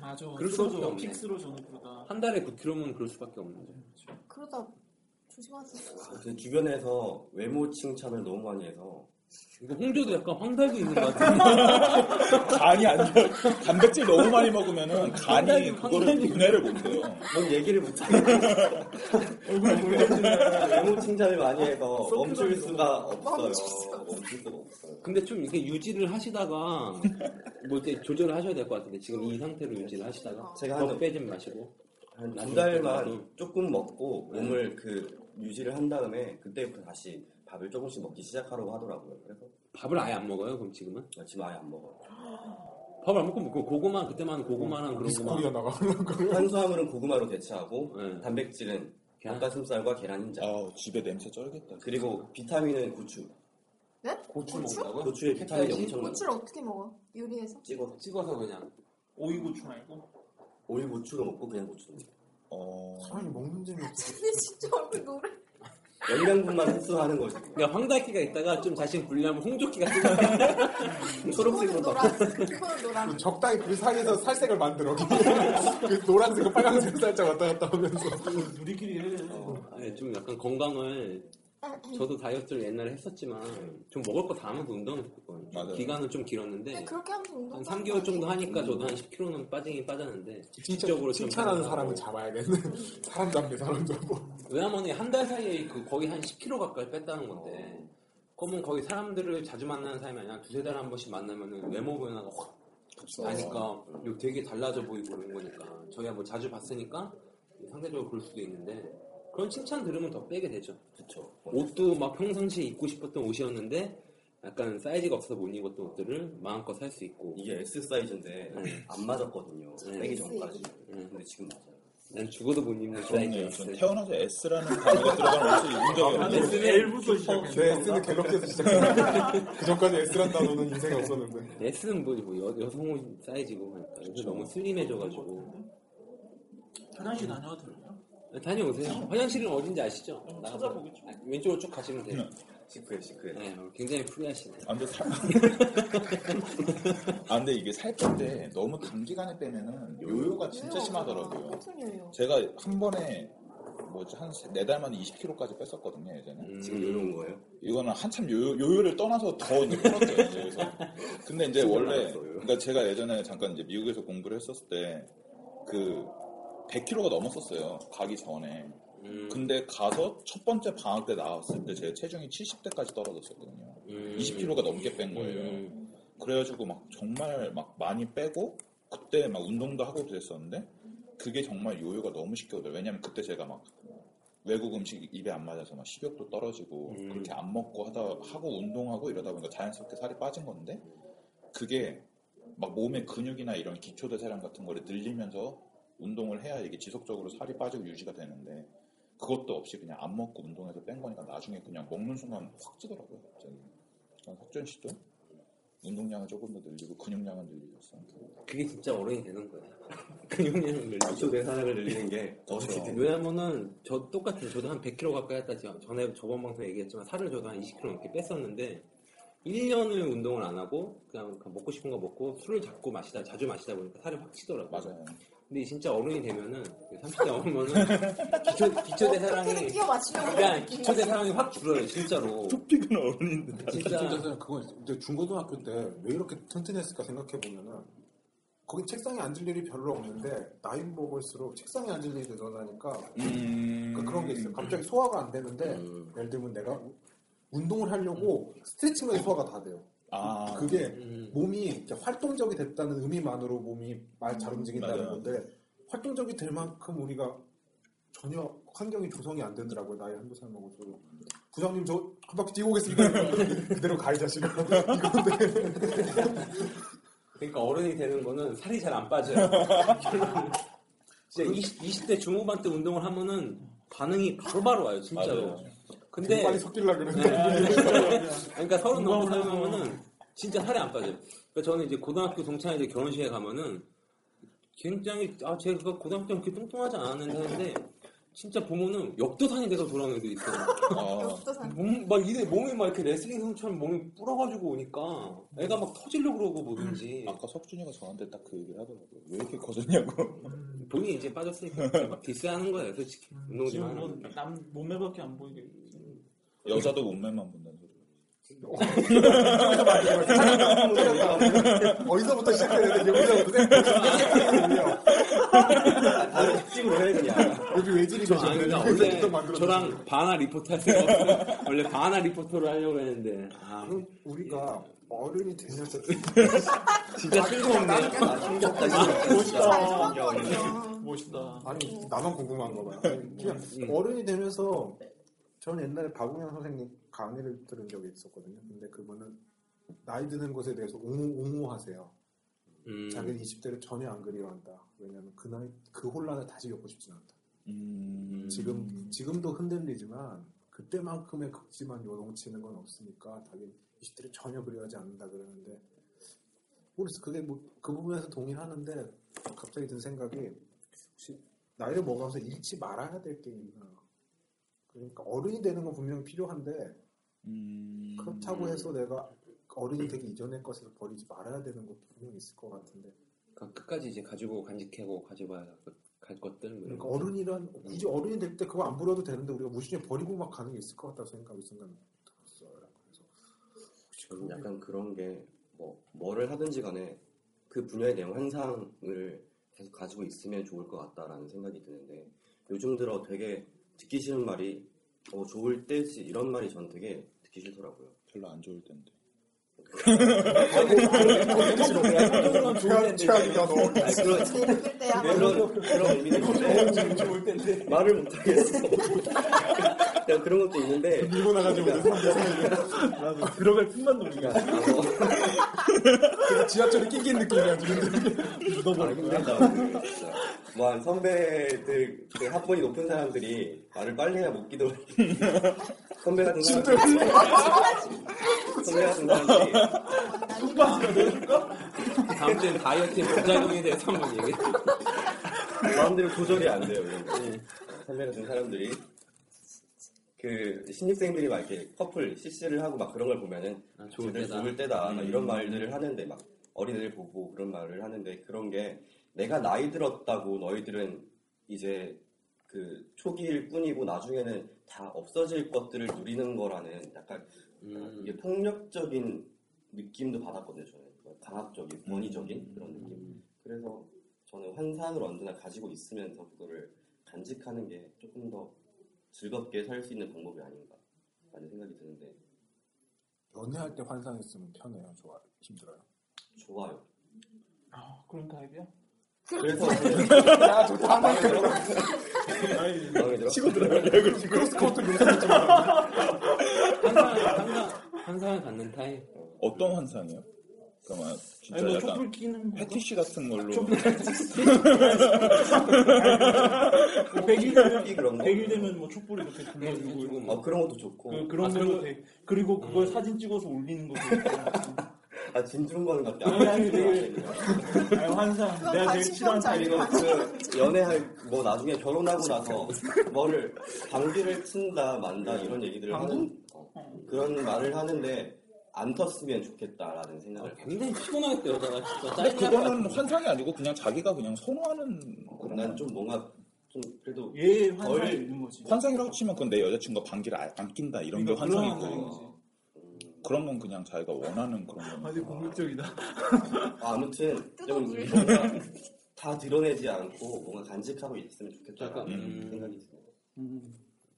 [SPEAKER 6] 맞아.
[SPEAKER 4] 그럴 수밖에
[SPEAKER 6] 쓰러져,
[SPEAKER 4] 없네.
[SPEAKER 6] 픽스로 저는 그러다.
[SPEAKER 4] (laughs) 한 달에 9kg면 그럴 수밖에 없는 거죠.
[SPEAKER 9] 그러다 조심하세요.
[SPEAKER 8] 달 아, 그 주변에서 외모 칭찬을 너무 많이 해서
[SPEAKER 4] 이거 홍조도 약간 황달도 있는 것 같은데 (laughs)
[SPEAKER 7] 간이 안 좋아. (laughs) 단백질 너무 많이 (laughs) 먹으면은 간이
[SPEAKER 4] 상당히-
[SPEAKER 7] 그거를
[SPEAKER 4] 상당히-
[SPEAKER 7] 분해를 못해요.
[SPEAKER 8] 뭔 얘기를 못하겠어
[SPEAKER 6] 얼굴
[SPEAKER 8] 외모 칭찬을 많이 해서 멈출 수가 없어요
[SPEAKER 9] 멈출 수가
[SPEAKER 8] 멈출 수가 없어요
[SPEAKER 4] 근데 좀 이렇게 유지를 하시다가 뭐 이렇게 조절을 하셔야 될 것 같은데 지금 이 상태로 유지를 하시다가
[SPEAKER 8] 제가
[SPEAKER 4] 더
[SPEAKER 8] 한
[SPEAKER 4] 빼지 마시고
[SPEAKER 8] 한 두
[SPEAKER 4] 나중에
[SPEAKER 8] 달만
[SPEAKER 4] 또
[SPEAKER 8] 조금 먹고 몸을 그 유지를 한 다음에 그때부터 다시 밥을 조금씩 먹기 시작하라고 하더라고요. 그래서
[SPEAKER 4] 밥을 아예 안 먹어요 그럼 지금은?
[SPEAKER 8] 나 지금 아예 안 먹어요.
[SPEAKER 4] 밥을 안 먹고 뭐 고구마 그때만 고구마랑 그런
[SPEAKER 5] 미스코리아
[SPEAKER 4] 거만
[SPEAKER 5] 나가는 거.
[SPEAKER 8] 탄수화물은 고구마로 대체하고
[SPEAKER 4] 네.
[SPEAKER 8] 단백질은
[SPEAKER 4] 계란?
[SPEAKER 8] 닭가슴살과 계란 흰자
[SPEAKER 4] 어,
[SPEAKER 7] 아 집에 냄새 쩔겠다.
[SPEAKER 8] 그리고 비타민은 고추.
[SPEAKER 9] 네?
[SPEAKER 4] 고추 먹는다고요?
[SPEAKER 8] 고추에 비타민이
[SPEAKER 4] 햇가지?
[SPEAKER 8] 엄청 많아.
[SPEAKER 9] 고추를 어떻게 먹어? 요리해서? (laughs)
[SPEAKER 8] 찍어
[SPEAKER 4] 찍어서 그냥
[SPEAKER 6] 오이 고추 말고.
[SPEAKER 8] 오이 고추도 먹고 그냥 고추. 먹어.
[SPEAKER 7] 어,
[SPEAKER 4] 아,
[SPEAKER 5] 사람이 먹는 재미없어.
[SPEAKER 9] 근데 진짜 얼굴 노래.
[SPEAKER 8] 영양분만 흡수하는 거지.
[SPEAKER 4] 그러니까 황달기가 있다가 좀 자신 불리하면 홍조기가 뜨거
[SPEAKER 9] 그거는
[SPEAKER 4] (laughs) 초록색으로 막
[SPEAKER 9] 노란. 그거는 노란.
[SPEAKER 5] 적당히 그 사이에서 살색을 만들어. (laughs) 그 노란색과 빨간색을 살짝 왔다 갔다 하면서.
[SPEAKER 6] 우리끼리 해야 되는 거.
[SPEAKER 4] 아니, 예, 좀 약간 건강을
[SPEAKER 9] 아,
[SPEAKER 4] 저도 다이어트를 옛날에 했었지만 좀 먹을 거 다 먹고 운동을 했거든요.
[SPEAKER 7] 맞아요.
[SPEAKER 4] 기간은 좀
[SPEAKER 9] 그냥
[SPEAKER 4] 길었는데
[SPEAKER 9] 네, 그렇게 하면서 운동.
[SPEAKER 4] 한 3개월 정도 하니까 저도 한 10kg는 빠지긴 빠졌는데 지적으로 좀
[SPEAKER 5] 칭찬하는
[SPEAKER 4] 빠져나가고.
[SPEAKER 5] 사람을 잡아야겠네. (laughs) 사람 잡네, 사람 잡고.
[SPEAKER 4] 왜냐면 한 달 사이에 그 거의 한 10kg 가까이 뺐다는 건데
[SPEAKER 8] 어.
[SPEAKER 4] 그러면 거의 사람들을 자주 만나는 사람이 아니라 두세 달에 한 번씩 만나면 외모 변화가 확 나니까
[SPEAKER 8] 음.
[SPEAKER 4] 이거 되게 달라져 보이고 그런 거니까 저희가 뭐 자주 봤으니까 상대적으로 그럴 수도 있는데 그런 칭찬 들으면 더 빼게 되죠
[SPEAKER 8] 그렇죠.
[SPEAKER 4] 옷도 막 평상시에 입고 싶었던 옷이었는데 약간 사이즈가 없어서 못 입었던 옷들을 마음껏 살 수 있고
[SPEAKER 8] 이게 S 사이즈인데
[SPEAKER 4] 네.
[SPEAKER 8] 안 맞았거든요.
[SPEAKER 4] 네.
[SPEAKER 8] 빼기 전까지.
[SPEAKER 4] 네.
[SPEAKER 8] 근데 지금 맞아요.
[SPEAKER 4] 난 죽어도 못 입는
[SPEAKER 7] 그렇네요. 전
[SPEAKER 4] 사이즈였어요 아, 네.
[SPEAKER 7] 태어나서 S라는 단어가 들어간 옷을 입은 적이 없는데
[SPEAKER 6] L부터 네, 시작해.
[SPEAKER 5] 제 S는 갤럭시에서 시작했는데. (laughs) 그전까지 S란 단어는 인생에 없었는데.
[SPEAKER 4] S는 뭐지 뭐 여, 여성 옷 사이즈고 하니까 요새 너무
[SPEAKER 8] 그렇죠.
[SPEAKER 4] 슬림해져가지고
[SPEAKER 6] 화장실 다녀와도 돼요?
[SPEAKER 8] 네.
[SPEAKER 4] 다녀오세요 화장실은 어딘지 아시죠? 나가서
[SPEAKER 6] 찾아보겠죠.
[SPEAKER 4] 아, 왼쪽으로 쭉 가시면 돼요
[SPEAKER 8] 네. 시크해, 시크해.
[SPEAKER 4] 네, 굉장히 프리하시네요
[SPEAKER 7] 안돼 살. 안돼 아, 이게 살 뺄 때 너무 단기간에 빼면은 요요가 진짜
[SPEAKER 9] 요요가 아,
[SPEAKER 7] 심하더라고요.
[SPEAKER 9] 무슨 요요?
[SPEAKER 7] 제가 한 번에 뭐지 한네 달 만에 20kg까지 뺐었거든요 예전에.
[SPEAKER 8] 음. 지금 요런 거예요?
[SPEAKER 7] 이거는 한참 요요, 요요를 떠나서 더 이제 풀었어요. 이제 그래서 근데 이제 원래
[SPEAKER 8] 알았어요.
[SPEAKER 7] 그러니까 제가 예전에 잠깐 이제 미국에서 공부를 했었을 때 그 100kg가 넘었었어요. 가기 전에.
[SPEAKER 4] 음,
[SPEAKER 7] 근데 가서 첫 번째 방학 때 나왔을 때 제 체중이 70대까지 떨어졌었거든요.
[SPEAKER 4] 음,
[SPEAKER 7] 20kg가 넘게 뺀 거예요.
[SPEAKER 4] 음.
[SPEAKER 7] 그래가지고 막 정말 막 많이 빼고 그때 막 운동도 하고 그랬었는데 그게 정말 요요가 너무 쉽게 오더라고요. 왜냐면 그때 제가 막 외국 음식 입에 안 맞아서 막 식욕도 떨어지고
[SPEAKER 4] 음.
[SPEAKER 7] 그렇게 안 먹고 하다 하고 운동하고 이러다 보니까 자연스럽게 살이 빠진 건데 그게 막 몸의 근육이나 이런 기초 대사량 같은 거를 늘리면서 운동을 해야 이게 지속적으로 살이 빠지고 유지가 되는데 그것도 없이 그냥 안 먹고 운동해서 뺀 거니까 나중에 그냥 먹는 순간 확 찌더라고요. 갑자기. 난 석준 씨도 운동량을 조금 더 늘리고 근육량을 늘리셨어.
[SPEAKER 4] 그게 진짜 어른이 되는 (laughs) 거예요. 근육량을 늘리고.
[SPEAKER 8] 기초 아, 대사량을 늘리는 게
[SPEAKER 7] 그렇죠.
[SPEAKER 4] 왜냐면은 저 똑같은 저도 한 100kg 가까이 했다 지금 전에 저번 방송 에 얘기했지만 살을 저도 한 20kg 넘게 뺐었는데 1년을 운동을 안 하고 그냥, 그냥 먹고 싶은 거 먹고 술을 자꾸 마시다 자주 마시다 보니까 살이 확 찌더라고요.
[SPEAKER 7] 맞아요.
[SPEAKER 4] 근데 진짜 어른이 되면은 그 30대 넘으면은 기초 기초
[SPEAKER 9] 어떻게든
[SPEAKER 4] 대사량이
[SPEAKER 9] 끼워 맞추려고
[SPEAKER 4] 그러니까
[SPEAKER 9] 그러는
[SPEAKER 4] 기초 대사량이 확 줄어요 진짜로.
[SPEAKER 7] 토픽은 어른인데 다
[SPEAKER 4] 진짜
[SPEAKER 5] 저는 그건 근데 중고등학교 때 왜 이렇게 튼튼했을까 생각해 보면은 거기 책상에 앉을 일이 별로 없는데 나이 먹을수록 책상에 앉을 일이 늘어나니까
[SPEAKER 7] 음...
[SPEAKER 5] 그런게 있어요. 갑자기 소화가 안 되는데
[SPEAKER 4] 음.
[SPEAKER 5] 예를 들면 내가 운동을 하려고 스트레칭을 해서 소화가 다 돼요.
[SPEAKER 7] 아
[SPEAKER 5] 그게
[SPEAKER 4] 음.
[SPEAKER 5] 몸이 이렇게 활동적이 됐다는 의미만으로 몸이 말 잘 움직인다는
[SPEAKER 7] 맞아요.
[SPEAKER 5] 건데 활동적이 될 만큼 우리가 전혀 환경이 조성이 안 되더라고요. 나이 한두 살 먹어도 부장님 저 한 바퀴 뛰고 오겠습니다. (laughs) 그대로 가이 자식아. 이건데
[SPEAKER 4] 그러니까 어른이 되는 거는 살이 잘 안
[SPEAKER 7] (laughs)
[SPEAKER 4] 빠져요. 결론은. 진짜 20, 대 중후반 때 운동을 하면은 반응이 바로바로 와요 진짜로.
[SPEAKER 7] 맞아요.
[SPEAKER 4] 근데
[SPEAKER 5] 빨리 섞일라 그러는데
[SPEAKER 4] 그러니까 서른 넘고
[SPEAKER 6] 건강을
[SPEAKER 4] 살면은 진짜 살이 안 빠져요. 그러니까 저는 이제 고등학교 동창이 이 결혼식에 가면은 굉장히 아 제가 고등학교 때 그렇게 뚱뚱하지 않았는데 하는데 진짜 보면은 역도산이 돼서 돌아오는 애들이 있어요.
[SPEAKER 7] 아,
[SPEAKER 9] 없어서 안 돼.
[SPEAKER 4] 몸막 이래 몸이 막 이렇게 레슬링 선처럼 몸이 불어가지고 오니까 애가 막 터질려 그러고
[SPEAKER 5] 음.
[SPEAKER 4] 뭐든지
[SPEAKER 7] 아까 석준이가 저한테 딱 그 얘기를 하더라고요. 왜 이렇게 커졌냐고.
[SPEAKER 4] 본인이 이제 빠졌으니까 막 디스하는 거예요 솔직히
[SPEAKER 5] 음,
[SPEAKER 7] 음.
[SPEAKER 4] 운동 좀
[SPEAKER 6] 지금
[SPEAKER 4] 하는 거.
[SPEAKER 6] 뭐남 몸매밖에 안 보이게
[SPEAKER 7] (laughs) 여자도 몸매만 본다는 소리.
[SPEAKER 5] (laughs) 어디서부터 시작했는데 여기서부터
[SPEAKER 4] 다들 특집으로 해야 되냐
[SPEAKER 5] 여기 외질이
[SPEAKER 4] 저 아닙니다 원래
[SPEAKER 5] 계셨는데 만들어
[SPEAKER 4] 저랑 바나 리포터 하세요 (laughs) 원래 바나 리포터를 하려고 했는데 아
[SPEAKER 5] 우리가 어른이 되면서
[SPEAKER 4] 진짜
[SPEAKER 5] 나는
[SPEAKER 4] 쓸데없네
[SPEAKER 9] 잘 적었거든요.
[SPEAKER 6] 멋있다.
[SPEAKER 5] 아니 나만 궁금한 거 봐요. 아니, 그냥 어른이 되면서 저는 옛날에 박웅현 선생님 강의를 들은 적이 있었거든요. 근데 그분은 나이 드는 것에 대해서 옹호, 하세요
[SPEAKER 4] 음,
[SPEAKER 5] 자기는 20대를 전혀 안 그리워한다. 왜냐하면 그 나이 그 혼란을 다시 겪고 싶진 않다.
[SPEAKER 7] 음...
[SPEAKER 5] 지금 지금도 흔들리지만 그때만큼의 극심한 요동치는 건 없으니까 자기는 20대를 전혀 그리워하지 않는다 그러는데 모르겠어 그게 뭐 그 부분에서 동의하는데 갑자기 든 생각이 혹시 나이를 먹어서 잃지 말아야 될 게 있나 그러니까 어른이 되는 건 분명히 필요한데
[SPEAKER 7] 음...
[SPEAKER 5] 그렇다고 해서 내가 어른이 되기 이전의 것을 버리지 말아야 되는 것도 분명히 있을 것 같은데
[SPEAKER 4] 그러니까 끝까지 이제 가지고 간직하고 가져봐야 갈 것들 뭐 이런
[SPEAKER 5] 그러니까
[SPEAKER 4] 거.
[SPEAKER 5] 어른이란 굳이 어른이 될 때 그거 안 물어도 되는데 우리가 무심히 버리고 막 가는 게 있을 것 같다고 생각이 순간 들었어요. 그래서
[SPEAKER 8] 저는 약간 그런 게 뭐 뭐를 하든지 간에 그 분야에 대한 환상을 계속 가지고 있으면 좋을 것 같다라는 생각이 드는데 요즘 들어 되게 듣기 싫은 말이 어 좋을 때지 이런 말이 전 되게 듣기 싫더라고요.
[SPEAKER 7] 별로 안 좋을 텐데.
[SPEAKER 4] 어른은 좋을 텐데
[SPEAKER 5] 최악이야 너.
[SPEAKER 8] 아니, 그런
[SPEAKER 9] 힘들 때야.
[SPEAKER 8] 그런 그런 의미는 있는데
[SPEAKER 4] 좋을 텐데
[SPEAKER 8] 말을 못하겠어. 그냥 그런 것도 있는데
[SPEAKER 5] 밀고 나가지고
[SPEAKER 6] 들어갈 뿐만 노리가.
[SPEAKER 8] 아, 뭐.
[SPEAKER 5] 지하철에 낑긴 느낌이야 지금.
[SPEAKER 8] 아, 힘들다. 진짜. 뭐한 선배들, 그 학번이 높은 사람들이 말을 빨리 해야 못 기도. 선배 같은 사람. 선배 같은 사람들이.
[SPEAKER 4] 다음 주엔 다이어트 부작용에 대해서 한번 얘기해
[SPEAKER 8] 마음대로 조절이 안 돼요. 이런 거. 선배 같은 사람들이 그 신입생들이 막 이렇게 커플 CC를 하고 막 그런 걸 보면은
[SPEAKER 4] 아, 좋을
[SPEAKER 8] 좋을 때다,
[SPEAKER 4] 때다. 음.
[SPEAKER 8] 좋을 때다 막 이런 말들을 하는데 막 어린애들 보고 그런 말을 하는데 그런 게 내가 나이 들었다고 너희들은 이제 그 초기일 뿐이고 나중에는 다 없어질 것들을 누리는 거라는 약간
[SPEAKER 4] 음.
[SPEAKER 8] 이게 폭력적인 느낌도 받았거든요 저는 강압적인
[SPEAKER 6] 음.
[SPEAKER 8] 권위적인 그런 느낌 그래서 저는 환상을 언제나 가지고 있으면서 그거를 간직하는 게 조금 더 즐겁게 살 수 있는 방법이 아닌가라는 생각이 드는데
[SPEAKER 5] 연애할 때 환상했으면 편해요, 좋아요, 힘들어요.
[SPEAKER 8] 좋아요.
[SPEAKER 6] 아, 그런 타입이야?
[SPEAKER 8] 그래서
[SPEAKER 5] 야 좋다.
[SPEAKER 8] 마음에 들어?
[SPEAKER 4] 환상, 환상, 환상을 갖는 타입.
[SPEAKER 7] 어떤 환상이요? 그러니까 막 진짜
[SPEAKER 6] 아니 뭐
[SPEAKER 7] 약간
[SPEAKER 6] 촛불 끼는 거
[SPEAKER 7] 패티시 같은 걸로
[SPEAKER 6] 뭐 100일 되면
[SPEAKER 8] 촛불이 그런 거?
[SPEAKER 6] 100일 되면 뭐 촛불 이렇게
[SPEAKER 7] 음.
[SPEAKER 6] 불러주고 이거
[SPEAKER 8] 어, 그런 것도 좋고. 아,
[SPEAKER 6] 그,
[SPEAKER 4] 아,
[SPEAKER 6] 그런 것도 되 그리고 그걸 사진 찍어서 올리는 것도 있고.
[SPEAKER 8] 아, 진주인 거는 같다.
[SPEAKER 6] 아니, 아니, 되게- 아니, 환상 내가
[SPEAKER 9] 그건
[SPEAKER 6] 제일
[SPEAKER 9] 관심
[SPEAKER 6] 싫어하는
[SPEAKER 9] 없잖아.
[SPEAKER 6] 타입이고
[SPEAKER 8] 그 연애할 뭐 나중에 결혼하고 나서 뭐를 방귀를 친다 만다 이런 얘기들을 하는 어, 그런 말을 하는데 안 텄으면 좋겠다라는 생각을 가지고
[SPEAKER 4] 아, 굉장히 피곤하겠다, 여자가 진짜.
[SPEAKER 7] 근데
[SPEAKER 4] 짜증날 것
[SPEAKER 7] 그거는 뭐 환상이 아니고 그냥 자기가 그냥 선호하는
[SPEAKER 8] 있고 난 좀 뭔가 좀 그래도
[SPEAKER 6] 얘의 환상이
[SPEAKER 8] 거의
[SPEAKER 6] 있는 거지
[SPEAKER 7] 환상이라고 치면 그건 내 여자친구가 방귀를 아- 안 낀다 이런 게
[SPEAKER 6] 그러니까 그런
[SPEAKER 7] 환상이고
[SPEAKER 6] 거지.
[SPEAKER 7] 그런 건 그냥 자기가 원하는 그런
[SPEAKER 6] 아주
[SPEAKER 7] 거니까
[SPEAKER 6] 공격적이다
[SPEAKER 8] 아, 아무튼 좀
[SPEAKER 9] 뜯어물.
[SPEAKER 8] 뭔가 다 드러내지 않고 뭔가 간직하고 있으면
[SPEAKER 4] 약간,
[SPEAKER 8] 좋겠다라는
[SPEAKER 4] 음.
[SPEAKER 8] 생각이 있어요.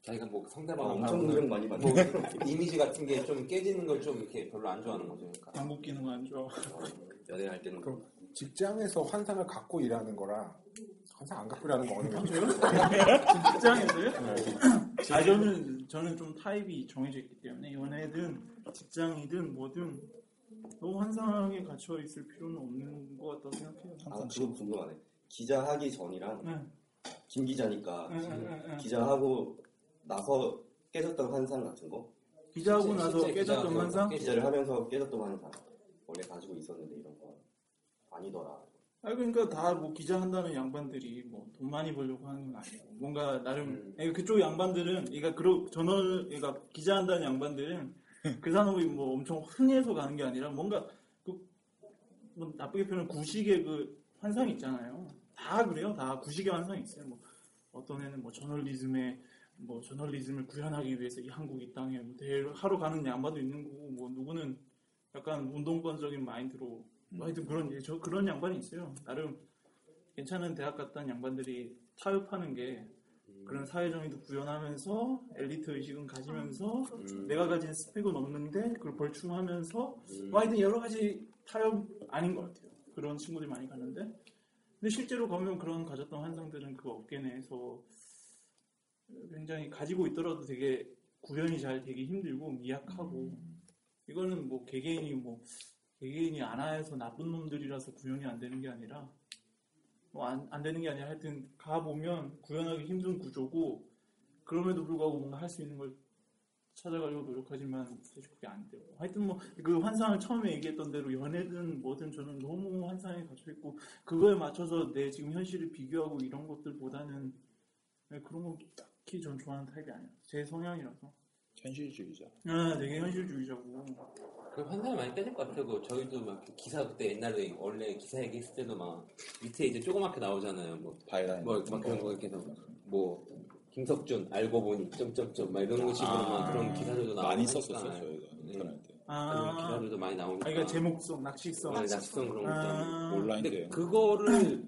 [SPEAKER 4] 자기가 뭐
[SPEAKER 8] 아,
[SPEAKER 4] 상대방하고
[SPEAKER 8] 엄청 노력 많이 받는
[SPEAKER 4] 뭐 이미지 같은 게 좀 깨지는 걸 좀 이렇게 별로 안 좋아하는 거죠. 그러니까.
[SPEAKER 6] 방귀 끼는 거 안 좋아
[SPEAKER 8] 연애할 때는
[SPEAKER 5] 그럼 직장에서 환상을 갖고 일하는 거랑 환상 안 갖고 일하는 거 어느 거죠?
[SPEAKER 6] 직장에서요? (clears throat) 아 저는 저는 좀 타입이 정해져 있기 때문에 연애든 직장이든 뭐든 너무 환상하게 갇혀 있을 필요는 없는 것 같다고 생각해요. 네.
[SPEAKER 8] 아 그거 궁금하네. 기자 하기 전이랑
[SPEAKER 6] 응,
[SPEAKER 8] 김 기자니까
[SPEAKER 6] 응, 응, 응.
[SPEAKER 8] 기자 하고 나서 깨졌던 환상 같은 거
[SPEAKER 6] 기자하고
[SPEAKER 4] 실제-
[SPEAKER 6] 나서
[SPEAKER 4] 실제
[SPEAKER 6] 깨졌던
[SPEAKER 4] 기자하고
[SPEAKER 6] 환상?
[SPEAKER 4] 깨지-
[SPEAKER 8] 기자를 하면서 깨졌던 환상 원래 가지고 있었는데 이런 거 아니더라
[SPEAKER 6] 아 그러니까 다 뭐 기자 한다는 양반들이 뭐 돈 많이 벌려고 하는 건 아니고 뭔가 나름 아니, 그쪽 양반들은 그러니까 그러 전원 그러니까 기자 한다는 양반들은 그 산업이 뭐 엄청 흥해서 가는 게 아니라 뭔가 그 그뭐 나쁘게 표현 구식의 그 환상이 있잖아요. 다 그래요. 다 구식의 환상이 있어요. 뭐 어떤 애는 뭐 저널리즘에 뭐 저널리즘을 구현하기 위해서 이 한국 이 땅에 뭐 대회를 하러 가는 양반도 있는 거고 뭐 누구는 약간 운동권적인 마인드로 뭐 하여튼 그런 예, 저 그런 양반이 있어요. 나름 괜찮은 대학 갔던 양반들이 타협하는 게 그런 사회 정의도 구현하면서 엘리트 의식은 가지면서
[SPEAKER 4] 음,
[SPEAKER 8] 음.
[SPEAKER 4] 네.
[SPEAKER 6] 내가 가진 스펙은 없는데 그걸 벌충하면서 뭐 하여튼 여러 가지 타협 아닌 것 같아요. 그런 친구들이 많이 가는데 근데 실제로 가면 그런 가졌던 환상들은 그 업계 내에서 굉장히 가지고 있더라도 되게 구현이 잘 되기 힘들고 미약하고 이거는 뭐 개개인이 뭐 개개인이 안 해서 나쁜 놈들이라서 구현이 안 되는 게 아니라 뭐 안 안 되는 게 아니라 하여튼 가 보면 구현하기 힘든 구조고 그럼에도 불구하고 뭔가 할 수 있는 걸 찾아가려고 노력하지만 사실 그게 안 되고 하여튼 뭐 그 환상을 처음에 얘기했던 대로 연애든 뭐든 저는 너무 환상에 갇혀 있고 그거에 맞춰서 내 지금 현실을 비교하고 이런 것들보다는 네, 그런 거 딱히 전 좋아하는 타입이 아니에요 제 성향이라서
[SPEAKER 7] 현실주의자
[SPEAKER 6] 아 되게 현실주의자고
[SPEAKER 4] 그 환상이 많이 깨질 것 같아요. 그 저희도 막 기사 그때 옛날에 원래 기사 얘기했을 때도 막 밑에 이제 조그맣게 나오잖아요. 뭐
[SPEAKER 7] 바이라인
[SPEAKER 4] 뭐,
[SPEAKER 8] 네.
[SPEAKER 4] 막 그런 거 이렇게 해서 뭐 김석준 알고 보니 점점점 막 이런 식으로 막
[SPEAKER 8] 아.
[SPEAKER 4] 그런 기사들도
[SPEAKER 6] 뭐,
[SPEAKER 4] 나오고
[SPEAKER 7] 많이 썼었어요
[SPEAKER 4] 하잖아요.
[SPEAKER 7] 저희가
[SPEAKER 6] 네.
[SPEAKER 7] 인터넷에
[SPEAKER 4] 그런
[SPEAKER 6] 아,
[SPEAKER 4] 기사들도 많이 나오니까
[SPEAKER 6] 아 그러니까 제목성 낚시성
[SPEAKER 4] 네, 낙성 그런 것도 아니고.
[SPEAKER 6] 아,
[SPEAKER 4] 근데
[SPEAKER 7] 온라인에
[SPEAKER 4] 그거를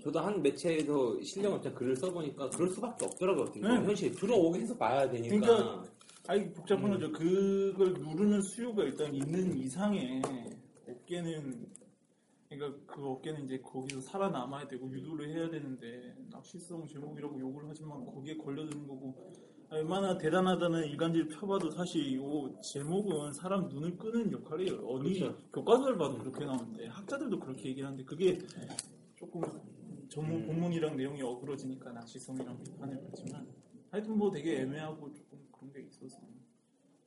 [SPEAKER 4] 저도 한 매체에서 실력업자 글을 써보니까 그럴 수밖에 없더라고요. 어떻게 보면.
[SPEAKER 6] 네.
[SPEAKER 4] 현실 들어오게 해서 봐야 되니까.
[SPEAKER 6] 그러니까 아니 복잡한 거죠. 그걸 누르는 수요가 일단 있는 이상에 어깨는 그러니까 그 어깨는 이제 거기서 살아남아야 되고 유도를 해야 되는데 낚시성 제목이라고 욕을 하지만 거기에 걸려드는 거고 아, 얼마나 대단하다는 일간지를 펴봐도 사실 이 제목은 사람 눈을 끄는 역할이에요. 어디 교과서를 봐도 그렇게 나오는데 학자들도 그렇게 얘기하는데 그게 조금 전문 본문이랑 내용이 어그러지니까 낚시성이랑 비판을 받지만 하여튼 뭐 되게 애매하고 조금 그런 게 있어서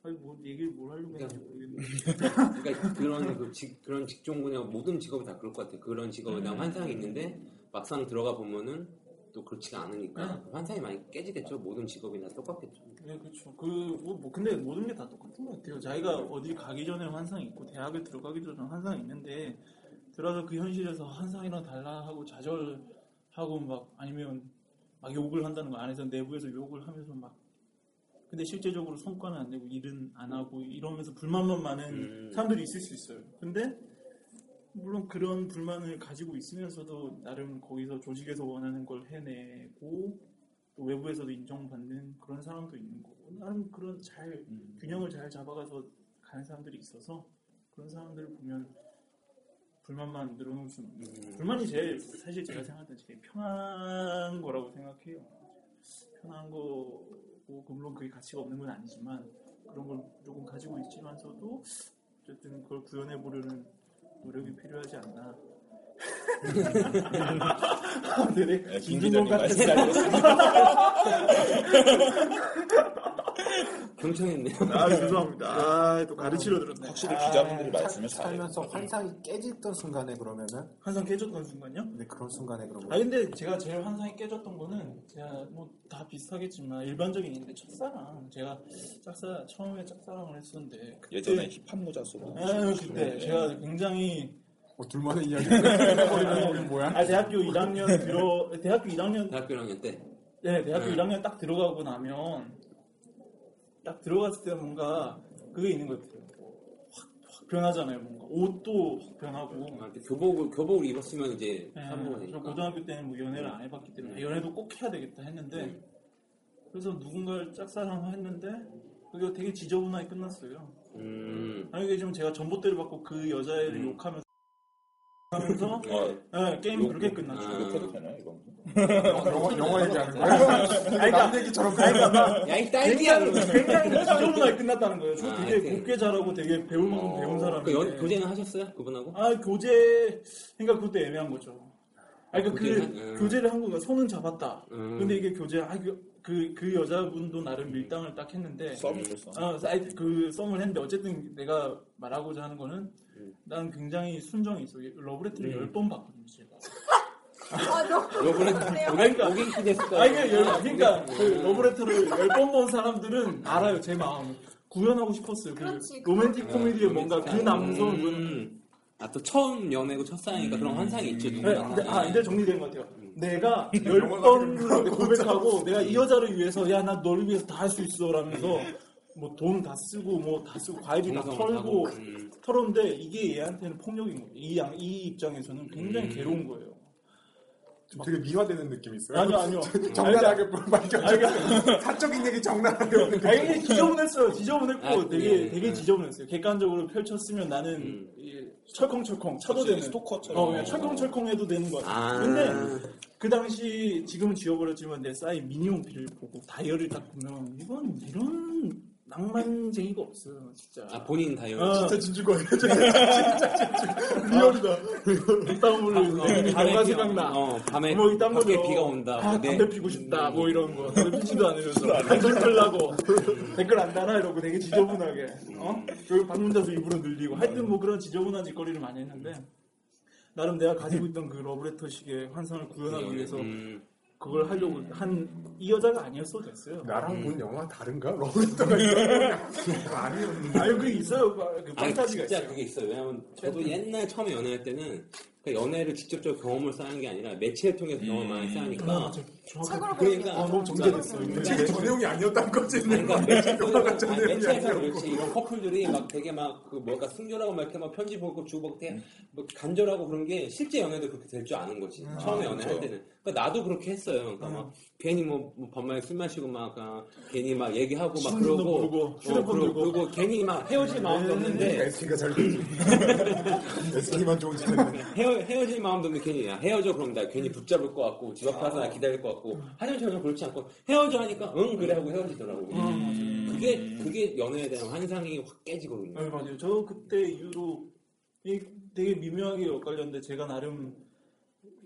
[SPEAKER 6] 아니 뭐 얘기를 뭘 하려고 했는지 모르겠는데
[SPEAKER 4] 그러니까 그런 그 직, 그런 직종 그냥 모든 직업이 다 그럴 것 같아요. 그런 직업에
[SPEAKER 6] 음.
[SPEAKER 4] 대한 환상이 있는데 막상 들어가 보면은 또 그렇지가 않으니까 환상이 많이 깨지겠죠. 모든 직업이나 똑같겠죠.
[SPEAKER 6] 네 그렇죠 그뭐 뭐 근데 모든 게 다 똑같은 것 같아요 자기가 어디 가기 전에 환상이 있고 대학을 들어가기 전에 환상이 있는데 들어서 그 현실에서 환상이랑 달라 하고 좌절하고 막 아니면 막 욕을 한다는 거 안에서 내부에서 욕을 하면서 막 근데 실제적으로 성과는 안 내고 일은 안 하고 이러면서 불만만 많은 사람들이 있을 수 있어요 근데 물론 그런 불만을 가지고 있으면서도 나름 거기서 조직에서 원하는 걸 해내고 또 외부에서도 인정받는 그런 사람도 있는 거고 나름 그런 잘 균형을 잘 잡아가서 가는 사람들이 있어서 그런 사람들을 보면 불만만 늘어놓을 수는 없는 불만이 제일 사실 제가 생각할 때 제일 편한 거라고 생각해요. 편한 거고 그 물론 그게 가치가 없는 건 아니지만 그런 걸 조금 가지고 있지만서도 어쨌든 그걸 구현해 보려는 노력이 필요하지 않나.
[SPEAKER 7] 네,
[SPEAKER 6] 되네.
[SPEAKER 7] 김
[SPEAKER 6] 김준범
[SPEAKER 7] 기자님 말씀
[SPEAKER 6] 같은
[SPEAKER 7] 잘 들었습니다.
[SPEAKER 4] 경청했네요.
[SPEAKER 6] (laughs)
[SPEAKER 4] (laughs)
[SPEAKER 6] 아 죄송합니다. 아또 가르치려 들었네.
[SPEAKER 7] 확실히 기자분들이 말씀을 잘해요. 음.
[SPEAKER 5] 살면서 환상이 깨졌던 순간에 그러면은
[SPEAKER 6] 항상 깨졌던 순간요?
[SPEAKER 5] 근데 그런 순간에 그런
[SPEAKER 6] 아
[SPEAKER 5] 거
[SPEAKER 6] 근데 제가 제일 환상이 깨졌던 거는 제가 뭐 다 비슷하겠지만 일반적인 인데 첫사랑 제가 짝사 처음에 짝사랑을 했었는데 그때
[SPEAKER 7] 예전에 힙합 모자 쓰고
[SPEAKER 6] 아 그때
[SPEAKER 7] 네.
[SPEAKER 6] 제가 굉장히
[SPEAKER 5] 어, 둘만의 이야기 (laughs) 우리 뭐야?
[SPEAKER 6] 아 대학교 1학년 들어 대학교 1학년
[SPEAKER 4] 대학교 1학년 때.
[SPEAKER 6] 네 대학교
[SPEAKER 4] 네.
[SPEAKER 6] 1학년 딱 들어가고 나면 딱 들어갔을 때 뭔가 그게 있는 것 같아요 확, 확 변하잖아요 뭔가 옷도 확 변하고
[SPEAKER 4] 아, 그 교복을, 교복을 입었으면 이제
[SPEAKER 6] 네,
[SPEAKER 4] 사부가
[SPEAKER 6] 저
[SPEAKER 4] 되니까.
[SPEAKER 6] 고등학교 때는 뭐 연애를 안 해봤기 때문에 연애도 꼭 해야 되겠다 했는데
[SPEAKER 4] 음.
[SPEAKER 6] 그래서 누군가를 짝사랑했는데 그게 되게 지저분하게 끝났어요.
[SPEAKER 4] 음.
[SPEAKER 6] 만약에 지금 제가 전봇대를 받고 그 여자애를
[SPEAKER 4] 음.
[SPEAKER 6] 욕하면서 하면서
[SPEAKER 4] 어,
[SPEAKER 6] 네, 게임이
[SPEAKER 4] 욕-
[SPEAKER 6] 그렇게
[SPEAKER 4] (laughs) 아.
[SPEAKER 6] 끝났죠.
[SPEAKER 7] 욕해도 되나요 이건?
[SPEAKER 5] 영어, 영어 뭐 얘기하는 거야? 남 얘기처럼
[SPEAKER 4] 야, 이 딸기야!
[SPEAKER 6] 음.
[SPEAKER 4] 그러면.
[SPEAKER 6] 그러니까 굉장히
[SPEAKER 5] (laughs)
[SPEAKER 6] 지저분하게 끝났다는 거예요. 저
[SPEAKER 4] 아,
[SPEAKER 6] 되게
[SPEAKER 4] 이렇게.
[SPEAKER 6] 곱게 자라고 되게 음, 배울 만큼 배운
[SPEAKER 4] 그 연,
[SPEAKER 6] 사람인데
[SPEAKER 4] 교제는 하셨어요? 그분하고?
[SPEAKER 6] 아 교제 그러니까 그것도 애매한 거죠. 아 그러니까 그
[SPEAKER 4] 교제는? 음.
[SPEAKER 6] 교제를 한 거가 손은 잡았다.
[SPEAKER 4] 음.
[SPEAKER 6] 근데 이게 교제 아그그 그 여자분도 나름 밀당을 딱 했는데
[SPEAKER 7] 썸으로 썸.
[SPEAKER 6] 어, 사이트 그 썸을 했는데 어쨌든 내가 말하고자 하는 거는
[SPEAKER 4] 음.
[SPEAKER 6] 난 굉장히 순정이 있어. 러브레터를
[SPEAKER 4] 음.
[SPEAKER 6] 열 번 봤거든요, 제가.
[SPEAKER 9] 아, 너무
[SPEAKER 4] 요번에
[SPEAKER 9] 그래요?
[SPEAKER 4] 오갱키 됐을 거야.
[SPEAKER 6] 아 이게 열, 그러니까 그 러브레터를 열 번 본 사람들은 알아요, 제 마음. 구현하고 싶었어요. 그
[SPEAKER 9] 그렇지.
[SPEAKER 6] 로맨틱
[SPEAKER 4] 음.
[SPEAKER 6] 코미디에 뭔가 그 남성을 구현하고
[SPEAKER 4] 아, 또 처음 연애고 첫사랑이니까 그런 환상이 있죠,
[SPEAKER 6] 뭐 네,
[SPEAKER 4] 누구나.
[SPEAKER 6] 근데, 아, 이제 정리된 것 같아요. 내가 열
[SPEAKER 5] 영어가
[SPEAKER 6] 번 고백하고 내가 이 여자를 위해서 야, 나 너를 위해서 다 할 수 있어 라면서 뭐 돈 다 쓰고 뭐 다 쓰고 과일비 다
[SPEAKER 4] 정성을
[SPEAKER 6] 털고
[SPEAKER 4] 하고, 음.
[SPEAKER 6] 털었는데 이게 얘한테는 폭력인 거예요. 이, 양, 이 입장에서는 굉장히
[SPEAKER 4] 음.
[SPEAKER 6] 괴로운 거예요.
[SPEAKER 5] 되게 미화되는 느낌이 있어요.
[SPEAKER 6] 아니요, 아니요.
[SPEAKER 5] 정나라하게 말겨 사적인 얘기 정나라하게 오는
[SPEAKER 6] 아, 이게 지저분했어요. 지저분했고
[SPEAKER 4] 아,
[SPEAKER 6] 되게
[SPEAKER 5] 예,
[SPEAKER 4] 네,
[SPEAKER 6] 되게
[SPEAKER 4] 네.
[SPEAKER 6] 지저분했어요. 객관적으로 펼쳤으면 나는
[SPEAKER 4] 음.
[SPEAKER 6] 이 철컹철컹 차도
[SPEAKER 7] 확실히
[SPEAKER 6] 되는
[SPEAKER 7] 스토커처럼.
[SPEAKER 6] 어, 그냥 철컹철컹 해도 되는 것 같아요.
[SPEAKER 4] 아.
[SPEAKER 6] 근데 그 당시 지금 지워버렸지만 내 쌓인 미니홈피를 보고 다이어를 딱 보면 이건 이런 낭만쟁이가 없어요, 진짜.
[SPEAKER 4] 아, 본인 다이어리.
[SPEAKER 6] 어.
[SPEAKER 5] 진짜
[SPEAKER 6] (laughs)
[SPEAKER 5] 진주 거예요. 아, 리얼이다.
[SPEAKER 6] 땀 흘리고
[SPEAKER 7] 아,
[SPEAKER 6] 밤과 어, 생각나.
[SPEAKER 4] 어, 밤에
[SPEAKER 6] 뭐이 땀
[SPEAKER 4] 밖에
[SPEAKER 6] 흘려.
[SPEAKER 4] 비가 온다.
[SPEAKER 6] 아,
[SPEAKER 4] 네.
[SPEAKER 6] 담배 피고 싶다. 뭐 이런
[SPEAKER 4] (laughs)
[SPEAKER 6] 거. 담배 피지도 않으면서 댓글 달라고 댓글 안 달아 이러고 되게 지저분하게. 어? 그리고 방문자수 일부러 늘리고. 하여튼 뭐 그런 지저분한 짓거리를 많이 했는데 나름 내가 가지고 있던 그 러브레터식의 환상을 구현하기 위해서
[SPEAKER 4] 음.
[SPEAKER 6] 그걸 하려고 한 이 여자가 아니었어도 됐어요.
[SPEAKER 5] 나랑 본 영화 다른가? 러브레터가 있어. 아니요. 음.
[SPEAKER 6] 아유 그게 있어요. 그
[SPEAKER 4] 아니,
[SPEAKER 6] 판타지가
[SPEAKER 4] 진짜
[SPEAKER 6] 있어요.
[SPEAKER 4] 그게 있어요. 왜냐면 저도 옛날 처음에 연애할 때는 그 연애를 직접적으로 경험을 쌓는 게 아니라 매체를 통해서 경험을
[SPEAKER 6] 음.
[SPEAKER 4] 많이 쌓으니까.
[SPEAKER 9] 책으로
[SPEAKER 4] 그러니까
[SPEAKER 9] 보니까
[SPEAKER 6] 너무 정제됐어요. 이게.
[SPEAKER 5] 책이 전용이 아니었다는 거지.
[SPEAKER 4] 그러니까 매체 속에서-
[SPEAKER 5] 영화가
[SPEAKER 4] 아니,
[SPEAKER 5] 전혀
[SPEAKER 4] 매체에서
[SPEAKER 5] 의미가
[SPEAKER 4] 그렇지 이런 커플들이 막 되게 막그 뭔가 순결하고 막 이렇게 막 편지 보고 주고받고 되게 뭐 간절하고 그런 게 실제 연애도 그렇게 될 줄 아는 거지 처음에
[SPEAKER 7] 아,
[SPEAKER 4] 연애할
[SPEAKER 7] 그렇죠.
[SPEAKER 4] 때는 그러니까 나도 그렇게 했어요 그러니까 막 괜히 뭐, 뭐 밤마다 술 마시고 막 아, 괜히 막 얘기하고 막
[SPEAKER 6] 신문도
[SPEAKER 4] 그러고 어,
[SPEAKER 6] 부르고, 휴대폰
[SPEAKER 4] 그러-
[SPEAKER 6] 들고.
[SPEAKER 4] 그러고 괜히 막 헤어질 마음도 없는데
[SPEAKER 5] SK가 잘 (laughs) 되지. SK만 좋은 짓인데.
[SPEAKER 4] 헤어, 헤어질 마음도 없는데 괜히 야, 헤어져 그럼 나 괜히 붙잡을 것 같고 집 앞에
[SPEAKER 6] 아.
[SPEAKER 4] 가서 나 기다릴 것 같고 하지만 전혀 그렇지 않고 헤어져 하니까 응 그래 하고 헤어지더라고
[SPEAKER 6] 음.
[SPEAKER 4] 그게 그게 연애에 대한 환상이 확 깨지거든요
[SPEAKER 6] 네, 맞아요. 저 그때 이후로 이- 되게 미묘하게 엇갈렸는데 제가 나름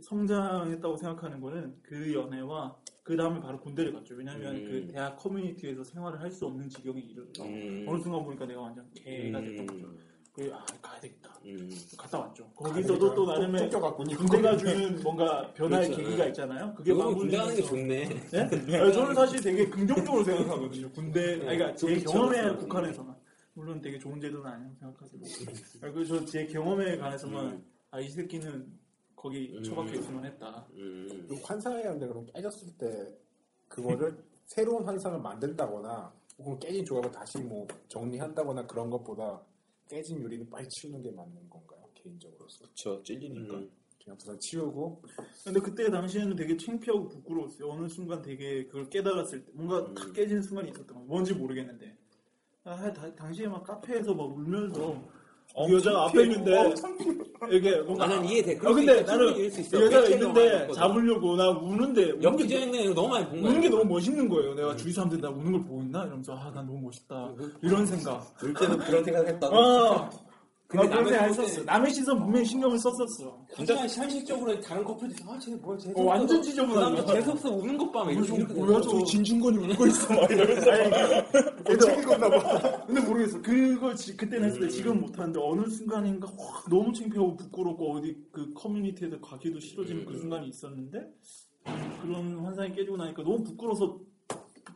[SPEAKER 6] 성장했다고 생각하는 거는 그 연애와 그 다음에 바로 군대를 갔죠. 왜냐하면
[SPEAKER 4] 음.
[SPEAKER 6] 그 대학 커뮤니티에서 생활을 할 수 없는 지경이 이르죠.
[SPEAKER 4] 음.
[SPEAKER 6] 어느 순간 보니까 내가 완전 개가 됐던 거죠.
[SPEAKER 4] 음.
[SPEAKER 6] 그래, 아, 가야 되겠다.
[SPEAKER 4] 음.
[SPEAKER 6] 갔다 왔죠. 거기서도 또 나름의
[SPEAKER 5] 쫓겨갔군요.
[SPEAKER 6] 군대가 주는 뭔가 변화의
[SPEAKER 4] 그렇죠.
[SPEAKER 6] 계기가 있잖아요. 그게
[SPEAKER 4] 그거 군대
[SPEAKER 6] 마무리되면서
[SPEAKER 4] 하는 게 좋네.
[SPEAKER 6] 네? 아니, 저는 사실 되게 긍정적으로 생각하거든요. 군대, 아니, 그러니까 제
[SPEAKER 4] 그렇죠.
[SPEAKER 6] 경험에 국한해서만. 물론 되게 좋은 제도는 아니라고 뭐. 생각하지만. 그래서 제 경험에 관해서만,
[SPEAKER 4] 음.
[SPEAKER 6] 아, 이 새끼는 거기
[SPEAKER 4] 음.
[SPEAKER 6] 처박혀 있으면 했다.
[SPEAKER 4] 음.
[SPEAKER 5] 요 환상의 연대 그럼 깨졌을 때 그거를 (laughs) 새로운 환상을 만든다거나 혹은 깨진 조각을 다시 뭐 정리한다거나 그런 것보다 깨진 유리는 빨리 치우는 게 맞는 건가요? 개인적으로서
[SPEAKER 7] 그렇죠 찔리니까.
[SPEAKER 4] 음.
[SPEAKER 5] 그냥 부산 치우고
[SPEAKER 6] 근데 그때 당시에는 되게 창피하고
[SPEAKER 4] 음.
[SPEAKER 6] 부끄러웠어요. 어느 순간 되게 그걸 깨달았을 때, 뭔가 탁 깨지는 순간이 있었던 거예요. 뭔지 모르겠는데. 아, 다- 당시에 막 카페에서 막 울면서
[SPEAKER 7] 어,
[SPEAKER 6] 그 여자가 앞에 있는데 이게 뭔가
[SPEAKER 4] 어, 나는 이해돼.
[SPEAKER 6] 아
[SPEAKER 4] 그럴 수
[SPEAKER 6] 근데
[SPEAKER 4] 있어.
[SPEAKER 6] 나는 그
[SPEAKER 4] 충분히 이럴 수 있어.
[SPEAKER 6] 여자가
[SPEAKER 4] 백채 영화
[SPEAKER 6] 있는데
[SPEAKER 4] 봤거든.
[SPEAKER 6] 잡으려고 나 우는데 우는 게,
[SPEAKER 4] 연기자는 이거 너무 많이 본 거야.
[SPEAKER 6] 우는 게 너무 멋있는 거예요. 내가 주위 사람들 나 우는 걸 보고 있나 이러면서 아 난 너무 멋있다 이런 생각.
[SPEAKER 8] 둘 때도 그런 생각했다고.
[SPEAKER 6] 아
[SPEAKER 4] 근데
[SPEAKER 6] 근데 남의
[SPEAKER 4] 남의
[SPEAKER 6] 생각
[SPEAKER 4] 시선
[SPEAKER 6] 썼어. 남의 시선 분명히 신경을 썼었어.
[SPEAKER 4] 하지만 현실적으로 다른 커플들이 아 쟤는 뭐야 재수
[SPEAKER 6] 어, 완전
[SPEAKER 4] 없어.
[SPEAKER 6] 지저분하네.
[SPEAKER 4] 그 남자 재수 없어 우는 것 봐. 이렇게 이렇게 되는 거야.
[SPEAKER 6] 뭐야, 저
[SPEAKER 7] 진중권이 울고 있어 막 이러면서
[SPEAKER 6] 책읽었나 봐. 근데 모르겠어. 그걸 지- 그때는 했을 때 지금 못하는데 어느 순간인가 확 너무 창피하고 부끄럽고 어디 그 커뮤니티에서 가기도 싫어지는 그 순간이 있었는데 그런 환상이 깨지고 나니까 너무 부끄러워서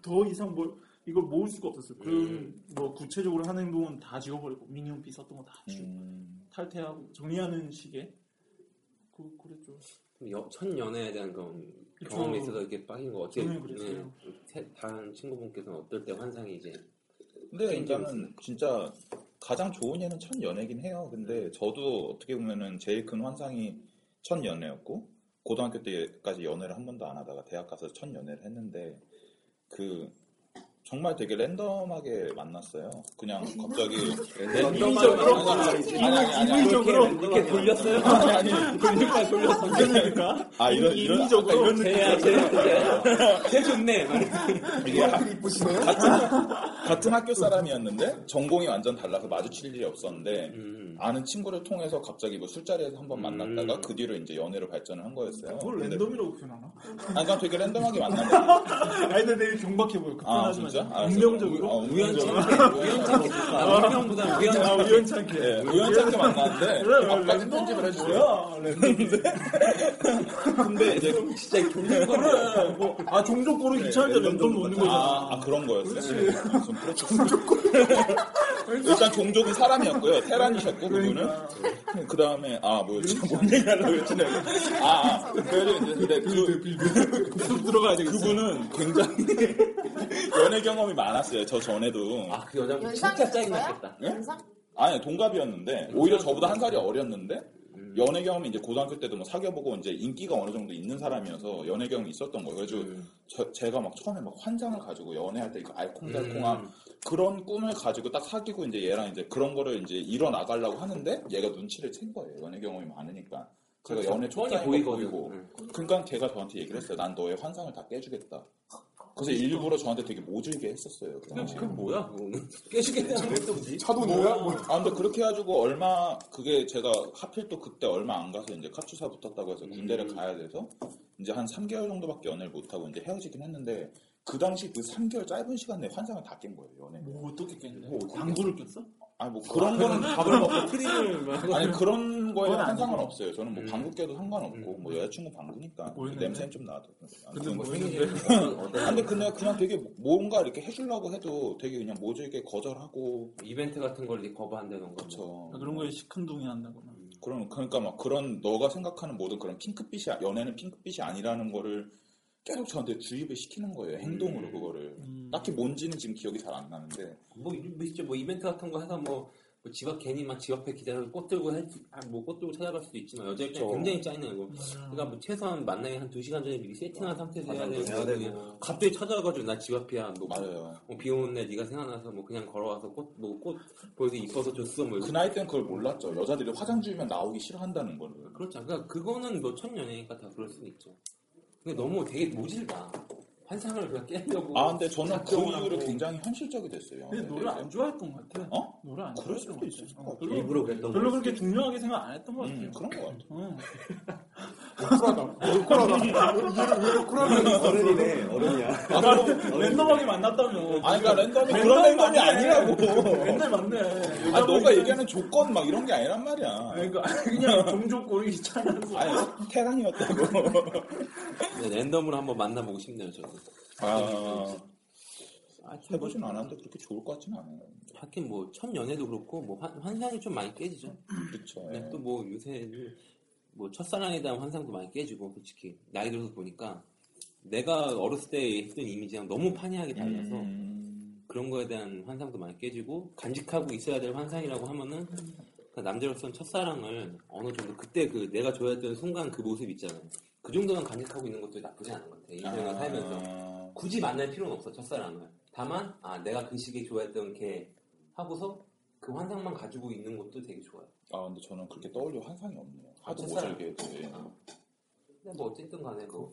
[SPEAKER 6] 더 이상 뭘 이걸 모을 수가 없었어요. 그런 뭐 구체적으로 하는 행동은 다 지워버리고 미니홈피 썼던 거 다
[SPEAKER 7] 음.
[SPEAKER 6] 지우고 음. 탈퇴하고 정리하는 식의 그 그랬죠.
[SPEAKER 4] 여- 첫 연애에 대한 그런
[SPEAKER 6] 그쵸.
[SPEAKER 4] 경험에 있어서 이렇게 빠진 거 어떻게
[SPEAKER 6] 저는 그랬어요.
[SPEAKER 4] 네. 세- 다른 친구분께서는 어떨 때 환상이 이제
[SPEAKER 7] 근데
[SPEAKER 4] 개인적으로
[SPEAKER 7] 일단은 진짜 가장 좋은 예는 첫 연애긴 해요. 근데 저도 어떻게 보면은 제일 큰 환상이 첫 연애였고 고등학교 때까지 연애를 한 번도 안 하다가 대학 가서 첫 연애를 했는데 그 정말 되게 랜덤하게 만났어요. 그냥 갑자기
[SPEAKER 4] 인위적으로?
[SPEAKER 7] 아니, 아니, 아니, 아니.
[SPEAKER 6] 인위적으로?
[SPEAKER 4] 이렇게, 이렇게 돌렸어요.
[SPEAKER 7] 아니 아니
[SPEAKER 4] 돌릴까 돌렸어.
[SPEAKER 6] 그러니까
[SPEAKER 7] 아 이런 이런
[SPEAKER 6] 인위적으로?
[SPEAKER 7] 약간 이런
[SPEAKER 4] 쟤야 쟤. 쟤 좋네.
[SPEAKER 7] 이게 이쁘시네요. 같은 같은 학교 사람이었는데 전공이 완전 달라서 마주칠 일이 없었는데
[SPEAKER 4] 음.
[SPEAKER 7] 아는 친구를 통해서 갑자기 뭐 술자리에서 한 번 만났다가 그 뒤로 이제 연애로 발전을 한 거였어요.
[SPEAKER 6] 그걸
[SPEAKER 7] 근데-
[SPEAKER 6] 랜덤이라고 표현하나?
[SPEAKER 7] 아니, 그러니까 되게 랜덤하게 만난 거예요.
[SPEAKER 6] (laughs) 아니 근데 되게 경박해 보여. 그때는
[SPEAKER 7] 아,
[SPEAKER 6] 하지
[SPEAKER 7] 진짜?
[SPEAKER 6] 마세요.
[SPEAKER 7] 아,
[SPEAKER 6] 운명적으로?
[SPEAKER 7] 우- 어, 우연찮게.
[SPEAKER 4] 우연찮게 좋다. 운명보다
[SPEAKER 6] 아,
[SPEAKER 4] 우연찮게.
[SPEAKER 6] 우연찮게.
[SPEAKER 7] 예, 우연찮게 만났는데, 아,
[SPEAKER 6] 그래,
[SPEAKER 7] 앞까지
[SPEAKER 6] 랜덤.
[SPEAKER 7] 편집을 해주세요.
[SPEAKER 6] 뭐야, 랜덤인데?
[SPEAKER 4] 근데 이제 진짜 경쟁거려.
[SPEAKER 6] 그래, 뭐, 아, 종족고를 귀찮은데 랜덤 놓는
[SPEAKER 7] 아,
[SPEAKER 6] 거잖아.
[SPEAKER 7] 아, 그런 거였어요. 아, 좀 그렇죠. 일단 종족은 사람이었고요. 테란이셨고, 그분은. 그 다음에, 아, 뭐였지? 뭔 얘기하려고 했지? 내가. 아, 아, 그래도 이제, 근데 그, 그, 들어가야 되 그분은 굉장히 (laughs) 연애 경험이 많았어요. 저 전에도.
[SPEAKER 4] 아, 그 여자분
[SPEAKER 9] 연상
[SPEAKER 4] 진짜 짜증
[SPEAKER 9] 있어요?
[SPEAKER 4] 났겠다.
[SPEAKER 7] 예?
[SPEAKER 9] 연상?
[SPEAKER 7] 아니 동갑이었는데 오히려 저보다 한 살이 어렸는데 연애 경험이 이제 고등학교 때도 뭐 사귀어보고 이제 인기가 어느 정도 있는 사람이어서 연애 경험이 있었던 거예요. 그래서 저- 제가 막 처음에 막 환장을 가지고 연애할 때 이거 알콩달콩한 그런 꿈을 가지고 딱 사귀고 이제 얘랑 이제 그런 거를 이제 일어나가려고 하는데 얘가 눈치를 챈 거예요. 연애 경험이 많으니까. 제가 연애
[SPEAKER 4] 뻔히
[SPEAKER 7] 초반에
[SPEAKER 4] 보이거든.
[SPEAKER 7] 보이고
[SPEAKER 4] 응.
[SPEAKER 7] 그러니까 걔가 저한테 얘기를 했어요. 난 너의 환상을 다 깨주겠다. 그래서 일부러 저한테 되게 모질게 했었어요. 그 당시에.
[SPEAKER 4] 그건 뭐야, 그거는? 깨지겠다.
[SPEAKER 7] 차도 뭐야? 아, 근데 그렇게 해가지고 얼마, 그게 제가 하필 또 그때 얼마 안 가서 이제 카투사 붙었다고 해서 군대를
[SPEAKER 6] 음.
[SPEAKER 7] 가야 돼서 이제 한 3개월 정도밖에 연애를 못하고 이제 헤어지긴 했는데 그 당시 그 3개월 짧은 시간 내에 환상을 다 깬 거예요, 연애.
[SPEAKER 6] 뭐, 어떻게 깼는데? 당구를 꼈어? 어,
[SPEAKER 7] 아니, 뭐 그런 거는 답을 먹고.
[SPEAKER 4] 프리즘을 막.
[SPEAKER 7] 아니, 그런 거에
[SPEAKER 6] 그건
[SPEAKER 7] 대한 상상은
[SPEAKER 6] 아니고. 음.
[SPEAKER 7] 없어요. 저는 뭐 방구 껴도 상관없고, 뭐 여자친구 방구니까 그
[SPEAKER 6] 보이는데?
[SPEAKER 7] 냄새는 좀 나도.
[SPEAKER 6] 근데 뭐,
[SPEAKER 4] 어,
[SPEAKER 7] 근데 그냥, 그냥 되게 뭔가 이렇게 해주려고 해도 되게 그냥 모조이게 거절하고.
[SPEAKER 4] 이벤트 같은 걸 이제 거부한다던가. 뭐.
[SPEAKER 7] 그쵸.
[SPEAKER 6] 아, 그런 거에 시큰둥이 한다거나.
[SPEAKER 7] 그럼 그러니까 막 그런 너가 생각하는 모든 그런 핑크빛이 아- 연애는 핑크빛이 아니라는 거를 계속 저한테 주입을 시키는 거예요 행동으로 그거를
[SPEAKER 6] 음.
[SPEAKER 7] 딱히 뭔지는 지금 기억이 잘 안 나는데
[SPEAKER 4] 뭐, 이- 뭐 진짜 뭐 이벤트 같은 거 해서 뭐, 뭐 지갑 괜히 막 집 앞에 기다려서 꽃 들고 할, 아, 뭐꽃 들고 찾아갈 수도 있지만 여자 입장에
[SPEAKER 7] 그쵸.
[SPEAKER 4] 굉장히 짜이는 거. 그러니까 뭐 최소한 만나기 한 두 시간 전에 미리 세팅한 상태에서 해야
[SPEAKER 8] 화장도 해야
[SPEAKER 4] 되는데
[SPEAKER 8] 되고.
[SPEAKER 4] 갑자기 찾아와가지고 나 집 앞이야. 뭐,
[SPEAKER 7] 맞아요
[SPEAKER 4] 뭐, 비 오는 날 네가 생각나서 뭐 그냥 걸어와서 꽃 뭐 꽃 보여서 이뻐서 줬어 뭐.
[SPEAKER 7] 그
[SPEAKER 4] 이렇게.
[SPEAKER 7] 나이 때는 그걸 몰랐죠 여자들이 화장 지우면 나오기 싫어한다는 거를
[SPEAKER 4] 그렇죠. 그러니까 그거는 뭐 첫 연애니까 다 그럴 수는 있죠. 근데 너무 되게 모질다. 환상을 그냥 깨려고.
[SPEAKER 7] 아 근데 저는 그
[SPEAKER 4] 작정을
[SPEAKER 7] 이후로
[SPEAKER 4] 하고.
[SPEAKER 7] 굉장히 현실적이 됐어요
[SPEAKER 6] 근데
[SPEAKER 7] 연애에
[SPEAKER 6] 노래 안
[SPEAKER 7] 대해서.
[SPEAKER 6] 좋아했던 것 같아.
[SPEAKER 7] 어?
[SPEAKER 6] 노래 안
[SPEAKER 7] 그럴
[SPEAKER 6] 좋아했던
[SPEAKER 7] 수도
[SPEAKER 6] 것
[SPEAKER 7] 있을
[SPEAKER 6] 같아.
[SPEAKER 7] 것
[SPEAKER 6] 어,
[SPEAKER 7] 같아.
[SPEAKER 6] 별로,
[SPEAKER 4] 일부러 그랬던 거.
[SPEAKER 6] 별로 그렇게 중요하게 생각 안 했던 것 같아요. 어.
[SPEAKER 7] 음, 그런 거 같아
[SPEAKER 6] 응. (laughs)
[SPEAKER 8] 어른이네, 어른이야.
[SPEAKER 6] 랜덤하게 만났다며.
[SPEAKER 7] 아니 그러니까 랜덤이
[SPEAKER 6] 랜덤
[SPEAKER 7] 그런 랜덤이
[SPEAKER 6] 맞네.
[SPEAKER 7] 아니라고
[SPEAKER 6] 맨날 만네.
[SPEAKER 7] 아 너가 얘기하는 조건 막 이런 게 아니란 말이야
[SPEAKER 6] 그러니까 (laughs) 그냥 종족 고르기 귀찮아서.
[SPEAKER 7] 아니 태랑이었다고
[SPEAKER 4] 네, 랜덤으로 한번 만나보고 싶네요. 저도.
[SPEAKER 7] 아, 음.
[SPEAKER 4] 아, 참
[SPEAKER 7] 해보진 않았는데 그렇게 좋을 것 같지는 않아요.
[SPEAKER 4] 하긴 뭐 첫 연애도 그렇고 뭐 환, 환상이 좀 많이 깨지죠.
[SPEAKER 7] 그렇죠.
[SPEAKER 4] 근데 또 뭐 요새 뭐 첫사랑에 대한 환상도 많이 깨지고 솔직히 나이 들어서 보니까 내가 어렸을 때 했던 이미지랑 너무 판이하게 달라서
[SPEAKER 7] 음,
[SPEAKER 4] 그런 거에 대한 환상도 많이 깨지고 간직하고 있어야 될 환상이라고 하면은 그 남자로서는 첫사랑을 어느 정도 그때 그 내가 좋아했던 순간 그 모습 있잖아요. 그 정도만 간직하고 있는 것도 나쁘지 않은 것 같아. 인생을 살면서. 굳이 만날 필요는 없어 첫사랑을 다만 아 내가 그 시기에 좋아했던 걔 하고서 그 환상만 가지고 있는 것도 되게 좋아요.
[SPEAKER 7] 아 근데 저는 그렇게 떠올려 환상이 없네요. 하도 못
[SPEAKER 4] 진짜요?
[SPEAKER 7] 살게 했지.
[SPEAKER 4] 아. 근데 뭐 어쨌든 간에 뭐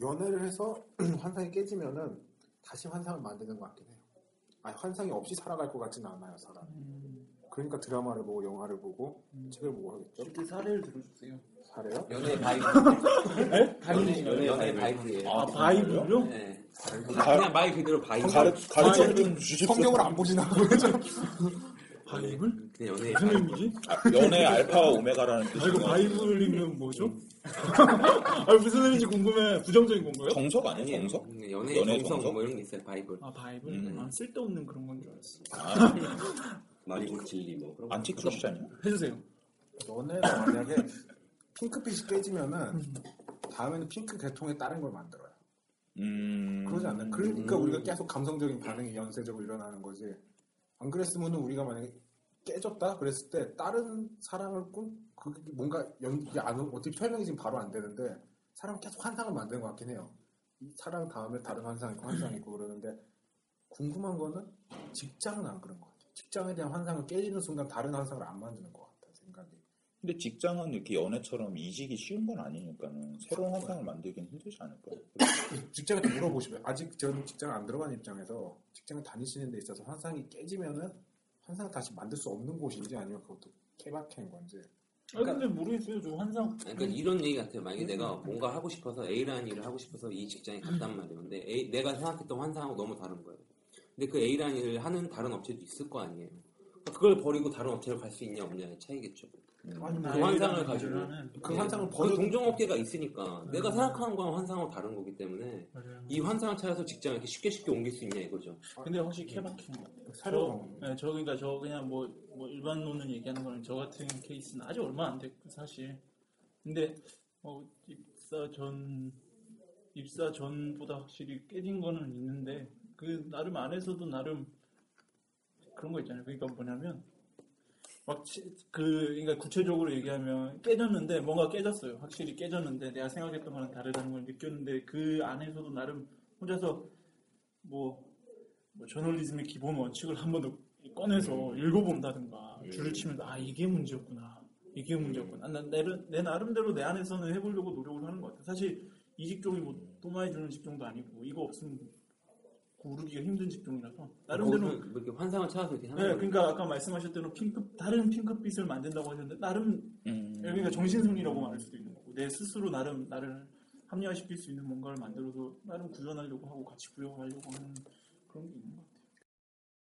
[SPEAKER 5] 연애를 해서 (clears throat) 환상이 깨지면은 다시 환상을 만드는 것 같긴 해요. 아니 환상이 없이 살아갈 것 같진 않아요 사람.
[SPEAKER 6] 음,
[SPEAKER 5] 그러니까 드라마를 보고 영화를 보고
[SPEAKER 6] 음.
[SPEAKER 5] 책을 보고 하겠죠.
[SPEAKER 6] 쉽게 사례를 들어주세요.
[SPEAKER 5] 사례요?
[SPEAKER 4] 연애 바이브
[SPEAKER 6] 바이블
[SPEAKER 4] 연애 연애
[SPEAKER 8] 바이블.
[SPEAKER 4] 바이브예요.
[SPEAKER 7] 아,
[SPEAKER 6] 바이블요?
[SPEAKER 4] 네. 그냥 말 그대로 바이브.
[SPEAKER 7] 가르 가르쳐 좀 주십시오.
[SPEAKER 5] 성경을 안 보시나
[SPEAKER 6] 바이블?
[SPEAKER 4] 그냥 연애
[SPEAKER 6] 무슨
[SPEAKER 4] 바이브.
[SPEAKER 6] 의미지?
[SPEAKER 7] 아, 연애 알파와 오메가라는
[SPEAKER 6] 아 이거
[SPEAKER 7] 뜻이고
[SPEAKER 6] 바이블이면 뭐죠? (laughs) 아 무슨 의미인지 궁금해. 부정적인 건가요?
[SPEAKER 7] 정석 아니에요?
[SPEAKER 4] 아니에요.
[SPEAKER 7] 정석?
[SPEAKER 4] 연애,
[SPEAKER 7] 연애
[SPEAKER 4] 정성,
[SPEAKER 7] 정성?
[SPEAKER 4] 뭐 이런 게 있어요. 바이블.
[SPEAKER 6] 아 바이블?
[SPEAKER 7] 음.
[SPEAKER 6] 아 쓸데없는 그런 건 줄 알았어.
[SPEAKER 8] 말이고 진리 뭐 그런 거.
[SPEAKER 7] 안틱 출시 아니야?
[SPEAKER 6] 해주세요.
[SPEAKER 5] 연애가 만약에 (laughs) 핑크빛이 깨지면은
[SPEAKER 6] 음.
[SPEAKER 5] 다음에는 핑크 계통에 다른 걸 만들어요.
[SPEAKER 7] 음.
[SPEAKER 5] 그러지 않나요? 그러니까
[SPEAKER 4] 음.
[SPEAKER 5] 우리가 계속 감성적인 반응이 연쇄적으로 일어나는 거지. 안 그랬으면은 우리가 만약에 깨졌다 그랬을 때 다른 사람을 꿈 그게 뭔가 연기 안 오- 어차피 설명이 지금 바로 안 되는데 사람 계속 환상을 만드는 것 같긴 해요. 이 사랑 다음에 다른 환상 있고 환상 있고 그러는데 궁금한 거는 직장은 안 그런 것 같아요. 직장에 대한 환상을 깨지는 순간 다른 환상을 안 만드는 것 같아요. 생각이.
[SPEAKER 7] 근데 직장은 이렇게 연애처럼 이직이 쉬운 건 아니니까는 새로운 환상을 만들긴 힘들지 않을까요?
[SPEAKER 5] 직장에 또 물어보시면 아직 저는 직장 안 들어간 입장에서 직장을 다니시는 데 있어서 환상이 깨지면은 환상을 다시 만들 수 없는 곳인지 아니면 그것도 케바케인 건지
[SPEAKER 6] 아 근데 모르겠어요. 저 환상.
[SPEAKER 4] 그러니까 이런 얘기 같아요. 만약에 내가 뭔가 하고 싶어서 A라는 일을 하고 싶어서 이 직장에 갔단 말이에요. 근데 A- 내가 생각했던 환상하고 너무 다른 거예요. 근데 그 A라는 일을 하는 다른 업체도 있을 거 아니에요. 그러니까 그걸 버리고 다른 업체로 갈 수 있냐 없냐의 차이겠죠.
[SPEAKER 5] 아니면
[SPEAKER 4] 그 환상을 가지고.
[SPEAKER 6] 네.
[SPEAKER 5] 그
[SPEAKER 4] 예.
[SPEAKER 5] 환상을
[SPEAKER 4] 그
[SPEAKER 5] 버려-
[SPEAKER 4] 동종업계가 있으니까
[SPEAKER 6] 음.
[SPEAKER 4] 내가 생각하는 거랑 환상하고 다른 거기 때문에
[SPEAKER 6] 맞아요.
[SPEAKER 4] 이 환상을 찾아서 직장을 이렇게 쉽게 쉽게 옮길 수 있냐 이거죠.
[SPEAKER 6] 근데 확실히 케바케인 것 같아요. 네.
[SPEAKER 5] 새로
[SPEAKER 6] 저, 네, 저 그러니까 저 그냥 뭐, 뭐 일반론을 얘기하는 거는 저 같은 케이스는 아직 얼마 안 됐고 사실 근데 어, 입사 전 입사 전보다 확실히 깨진 거는 있는데 그 나름 안에서도 나름 그런 거 있잖아요 그러니까 뭐냐면 막 그 그러니까 구체적으로 얘기하면 깨졌는데 뭔가 깨졌어요 확실히 깨졌는데 내가 생각했던 거랑 다르다는 걸 느꼈는데 그 안에서도 나름 혼자서 뭐 뭐 저널리즘의 기본 원칙을 한 번 더 꺼내서 읽어본다든가 줄을 치면 아 이게 문제였구나 이게 문제였구나 나, 내, 내 나름대로 내 안에서는 해보려고 노력을 하는 것 같아 사실 이 직종이 뭐 또마이 주는 직종도 아니고 이거 없으면 뭐 고르기가 힘든 직종이라서 나름대로
[SPEAKER 4] 거기서 뭐 이렇게 환상을 찾아서 이렇게 하는
[SPEAKER 6] 네,
[SPEAKER 4] 거예요.
[SPEAKER 6] 그러니까 아까 말씀하셨 대로 핑크 다른 핑크빛을 만든다고 하셨는데 나름
[SPEAKER 7] 음.
[SPEAKER 6] 여기가 정신승리라고 말할 수도 있는 거고 내 스스로 나름 나를 합리화시킬 수 있는 뭔가를 만들어서 나름 구현하려고 하고 같이 구현하려고 하는 그런 게 있는 것 같아요.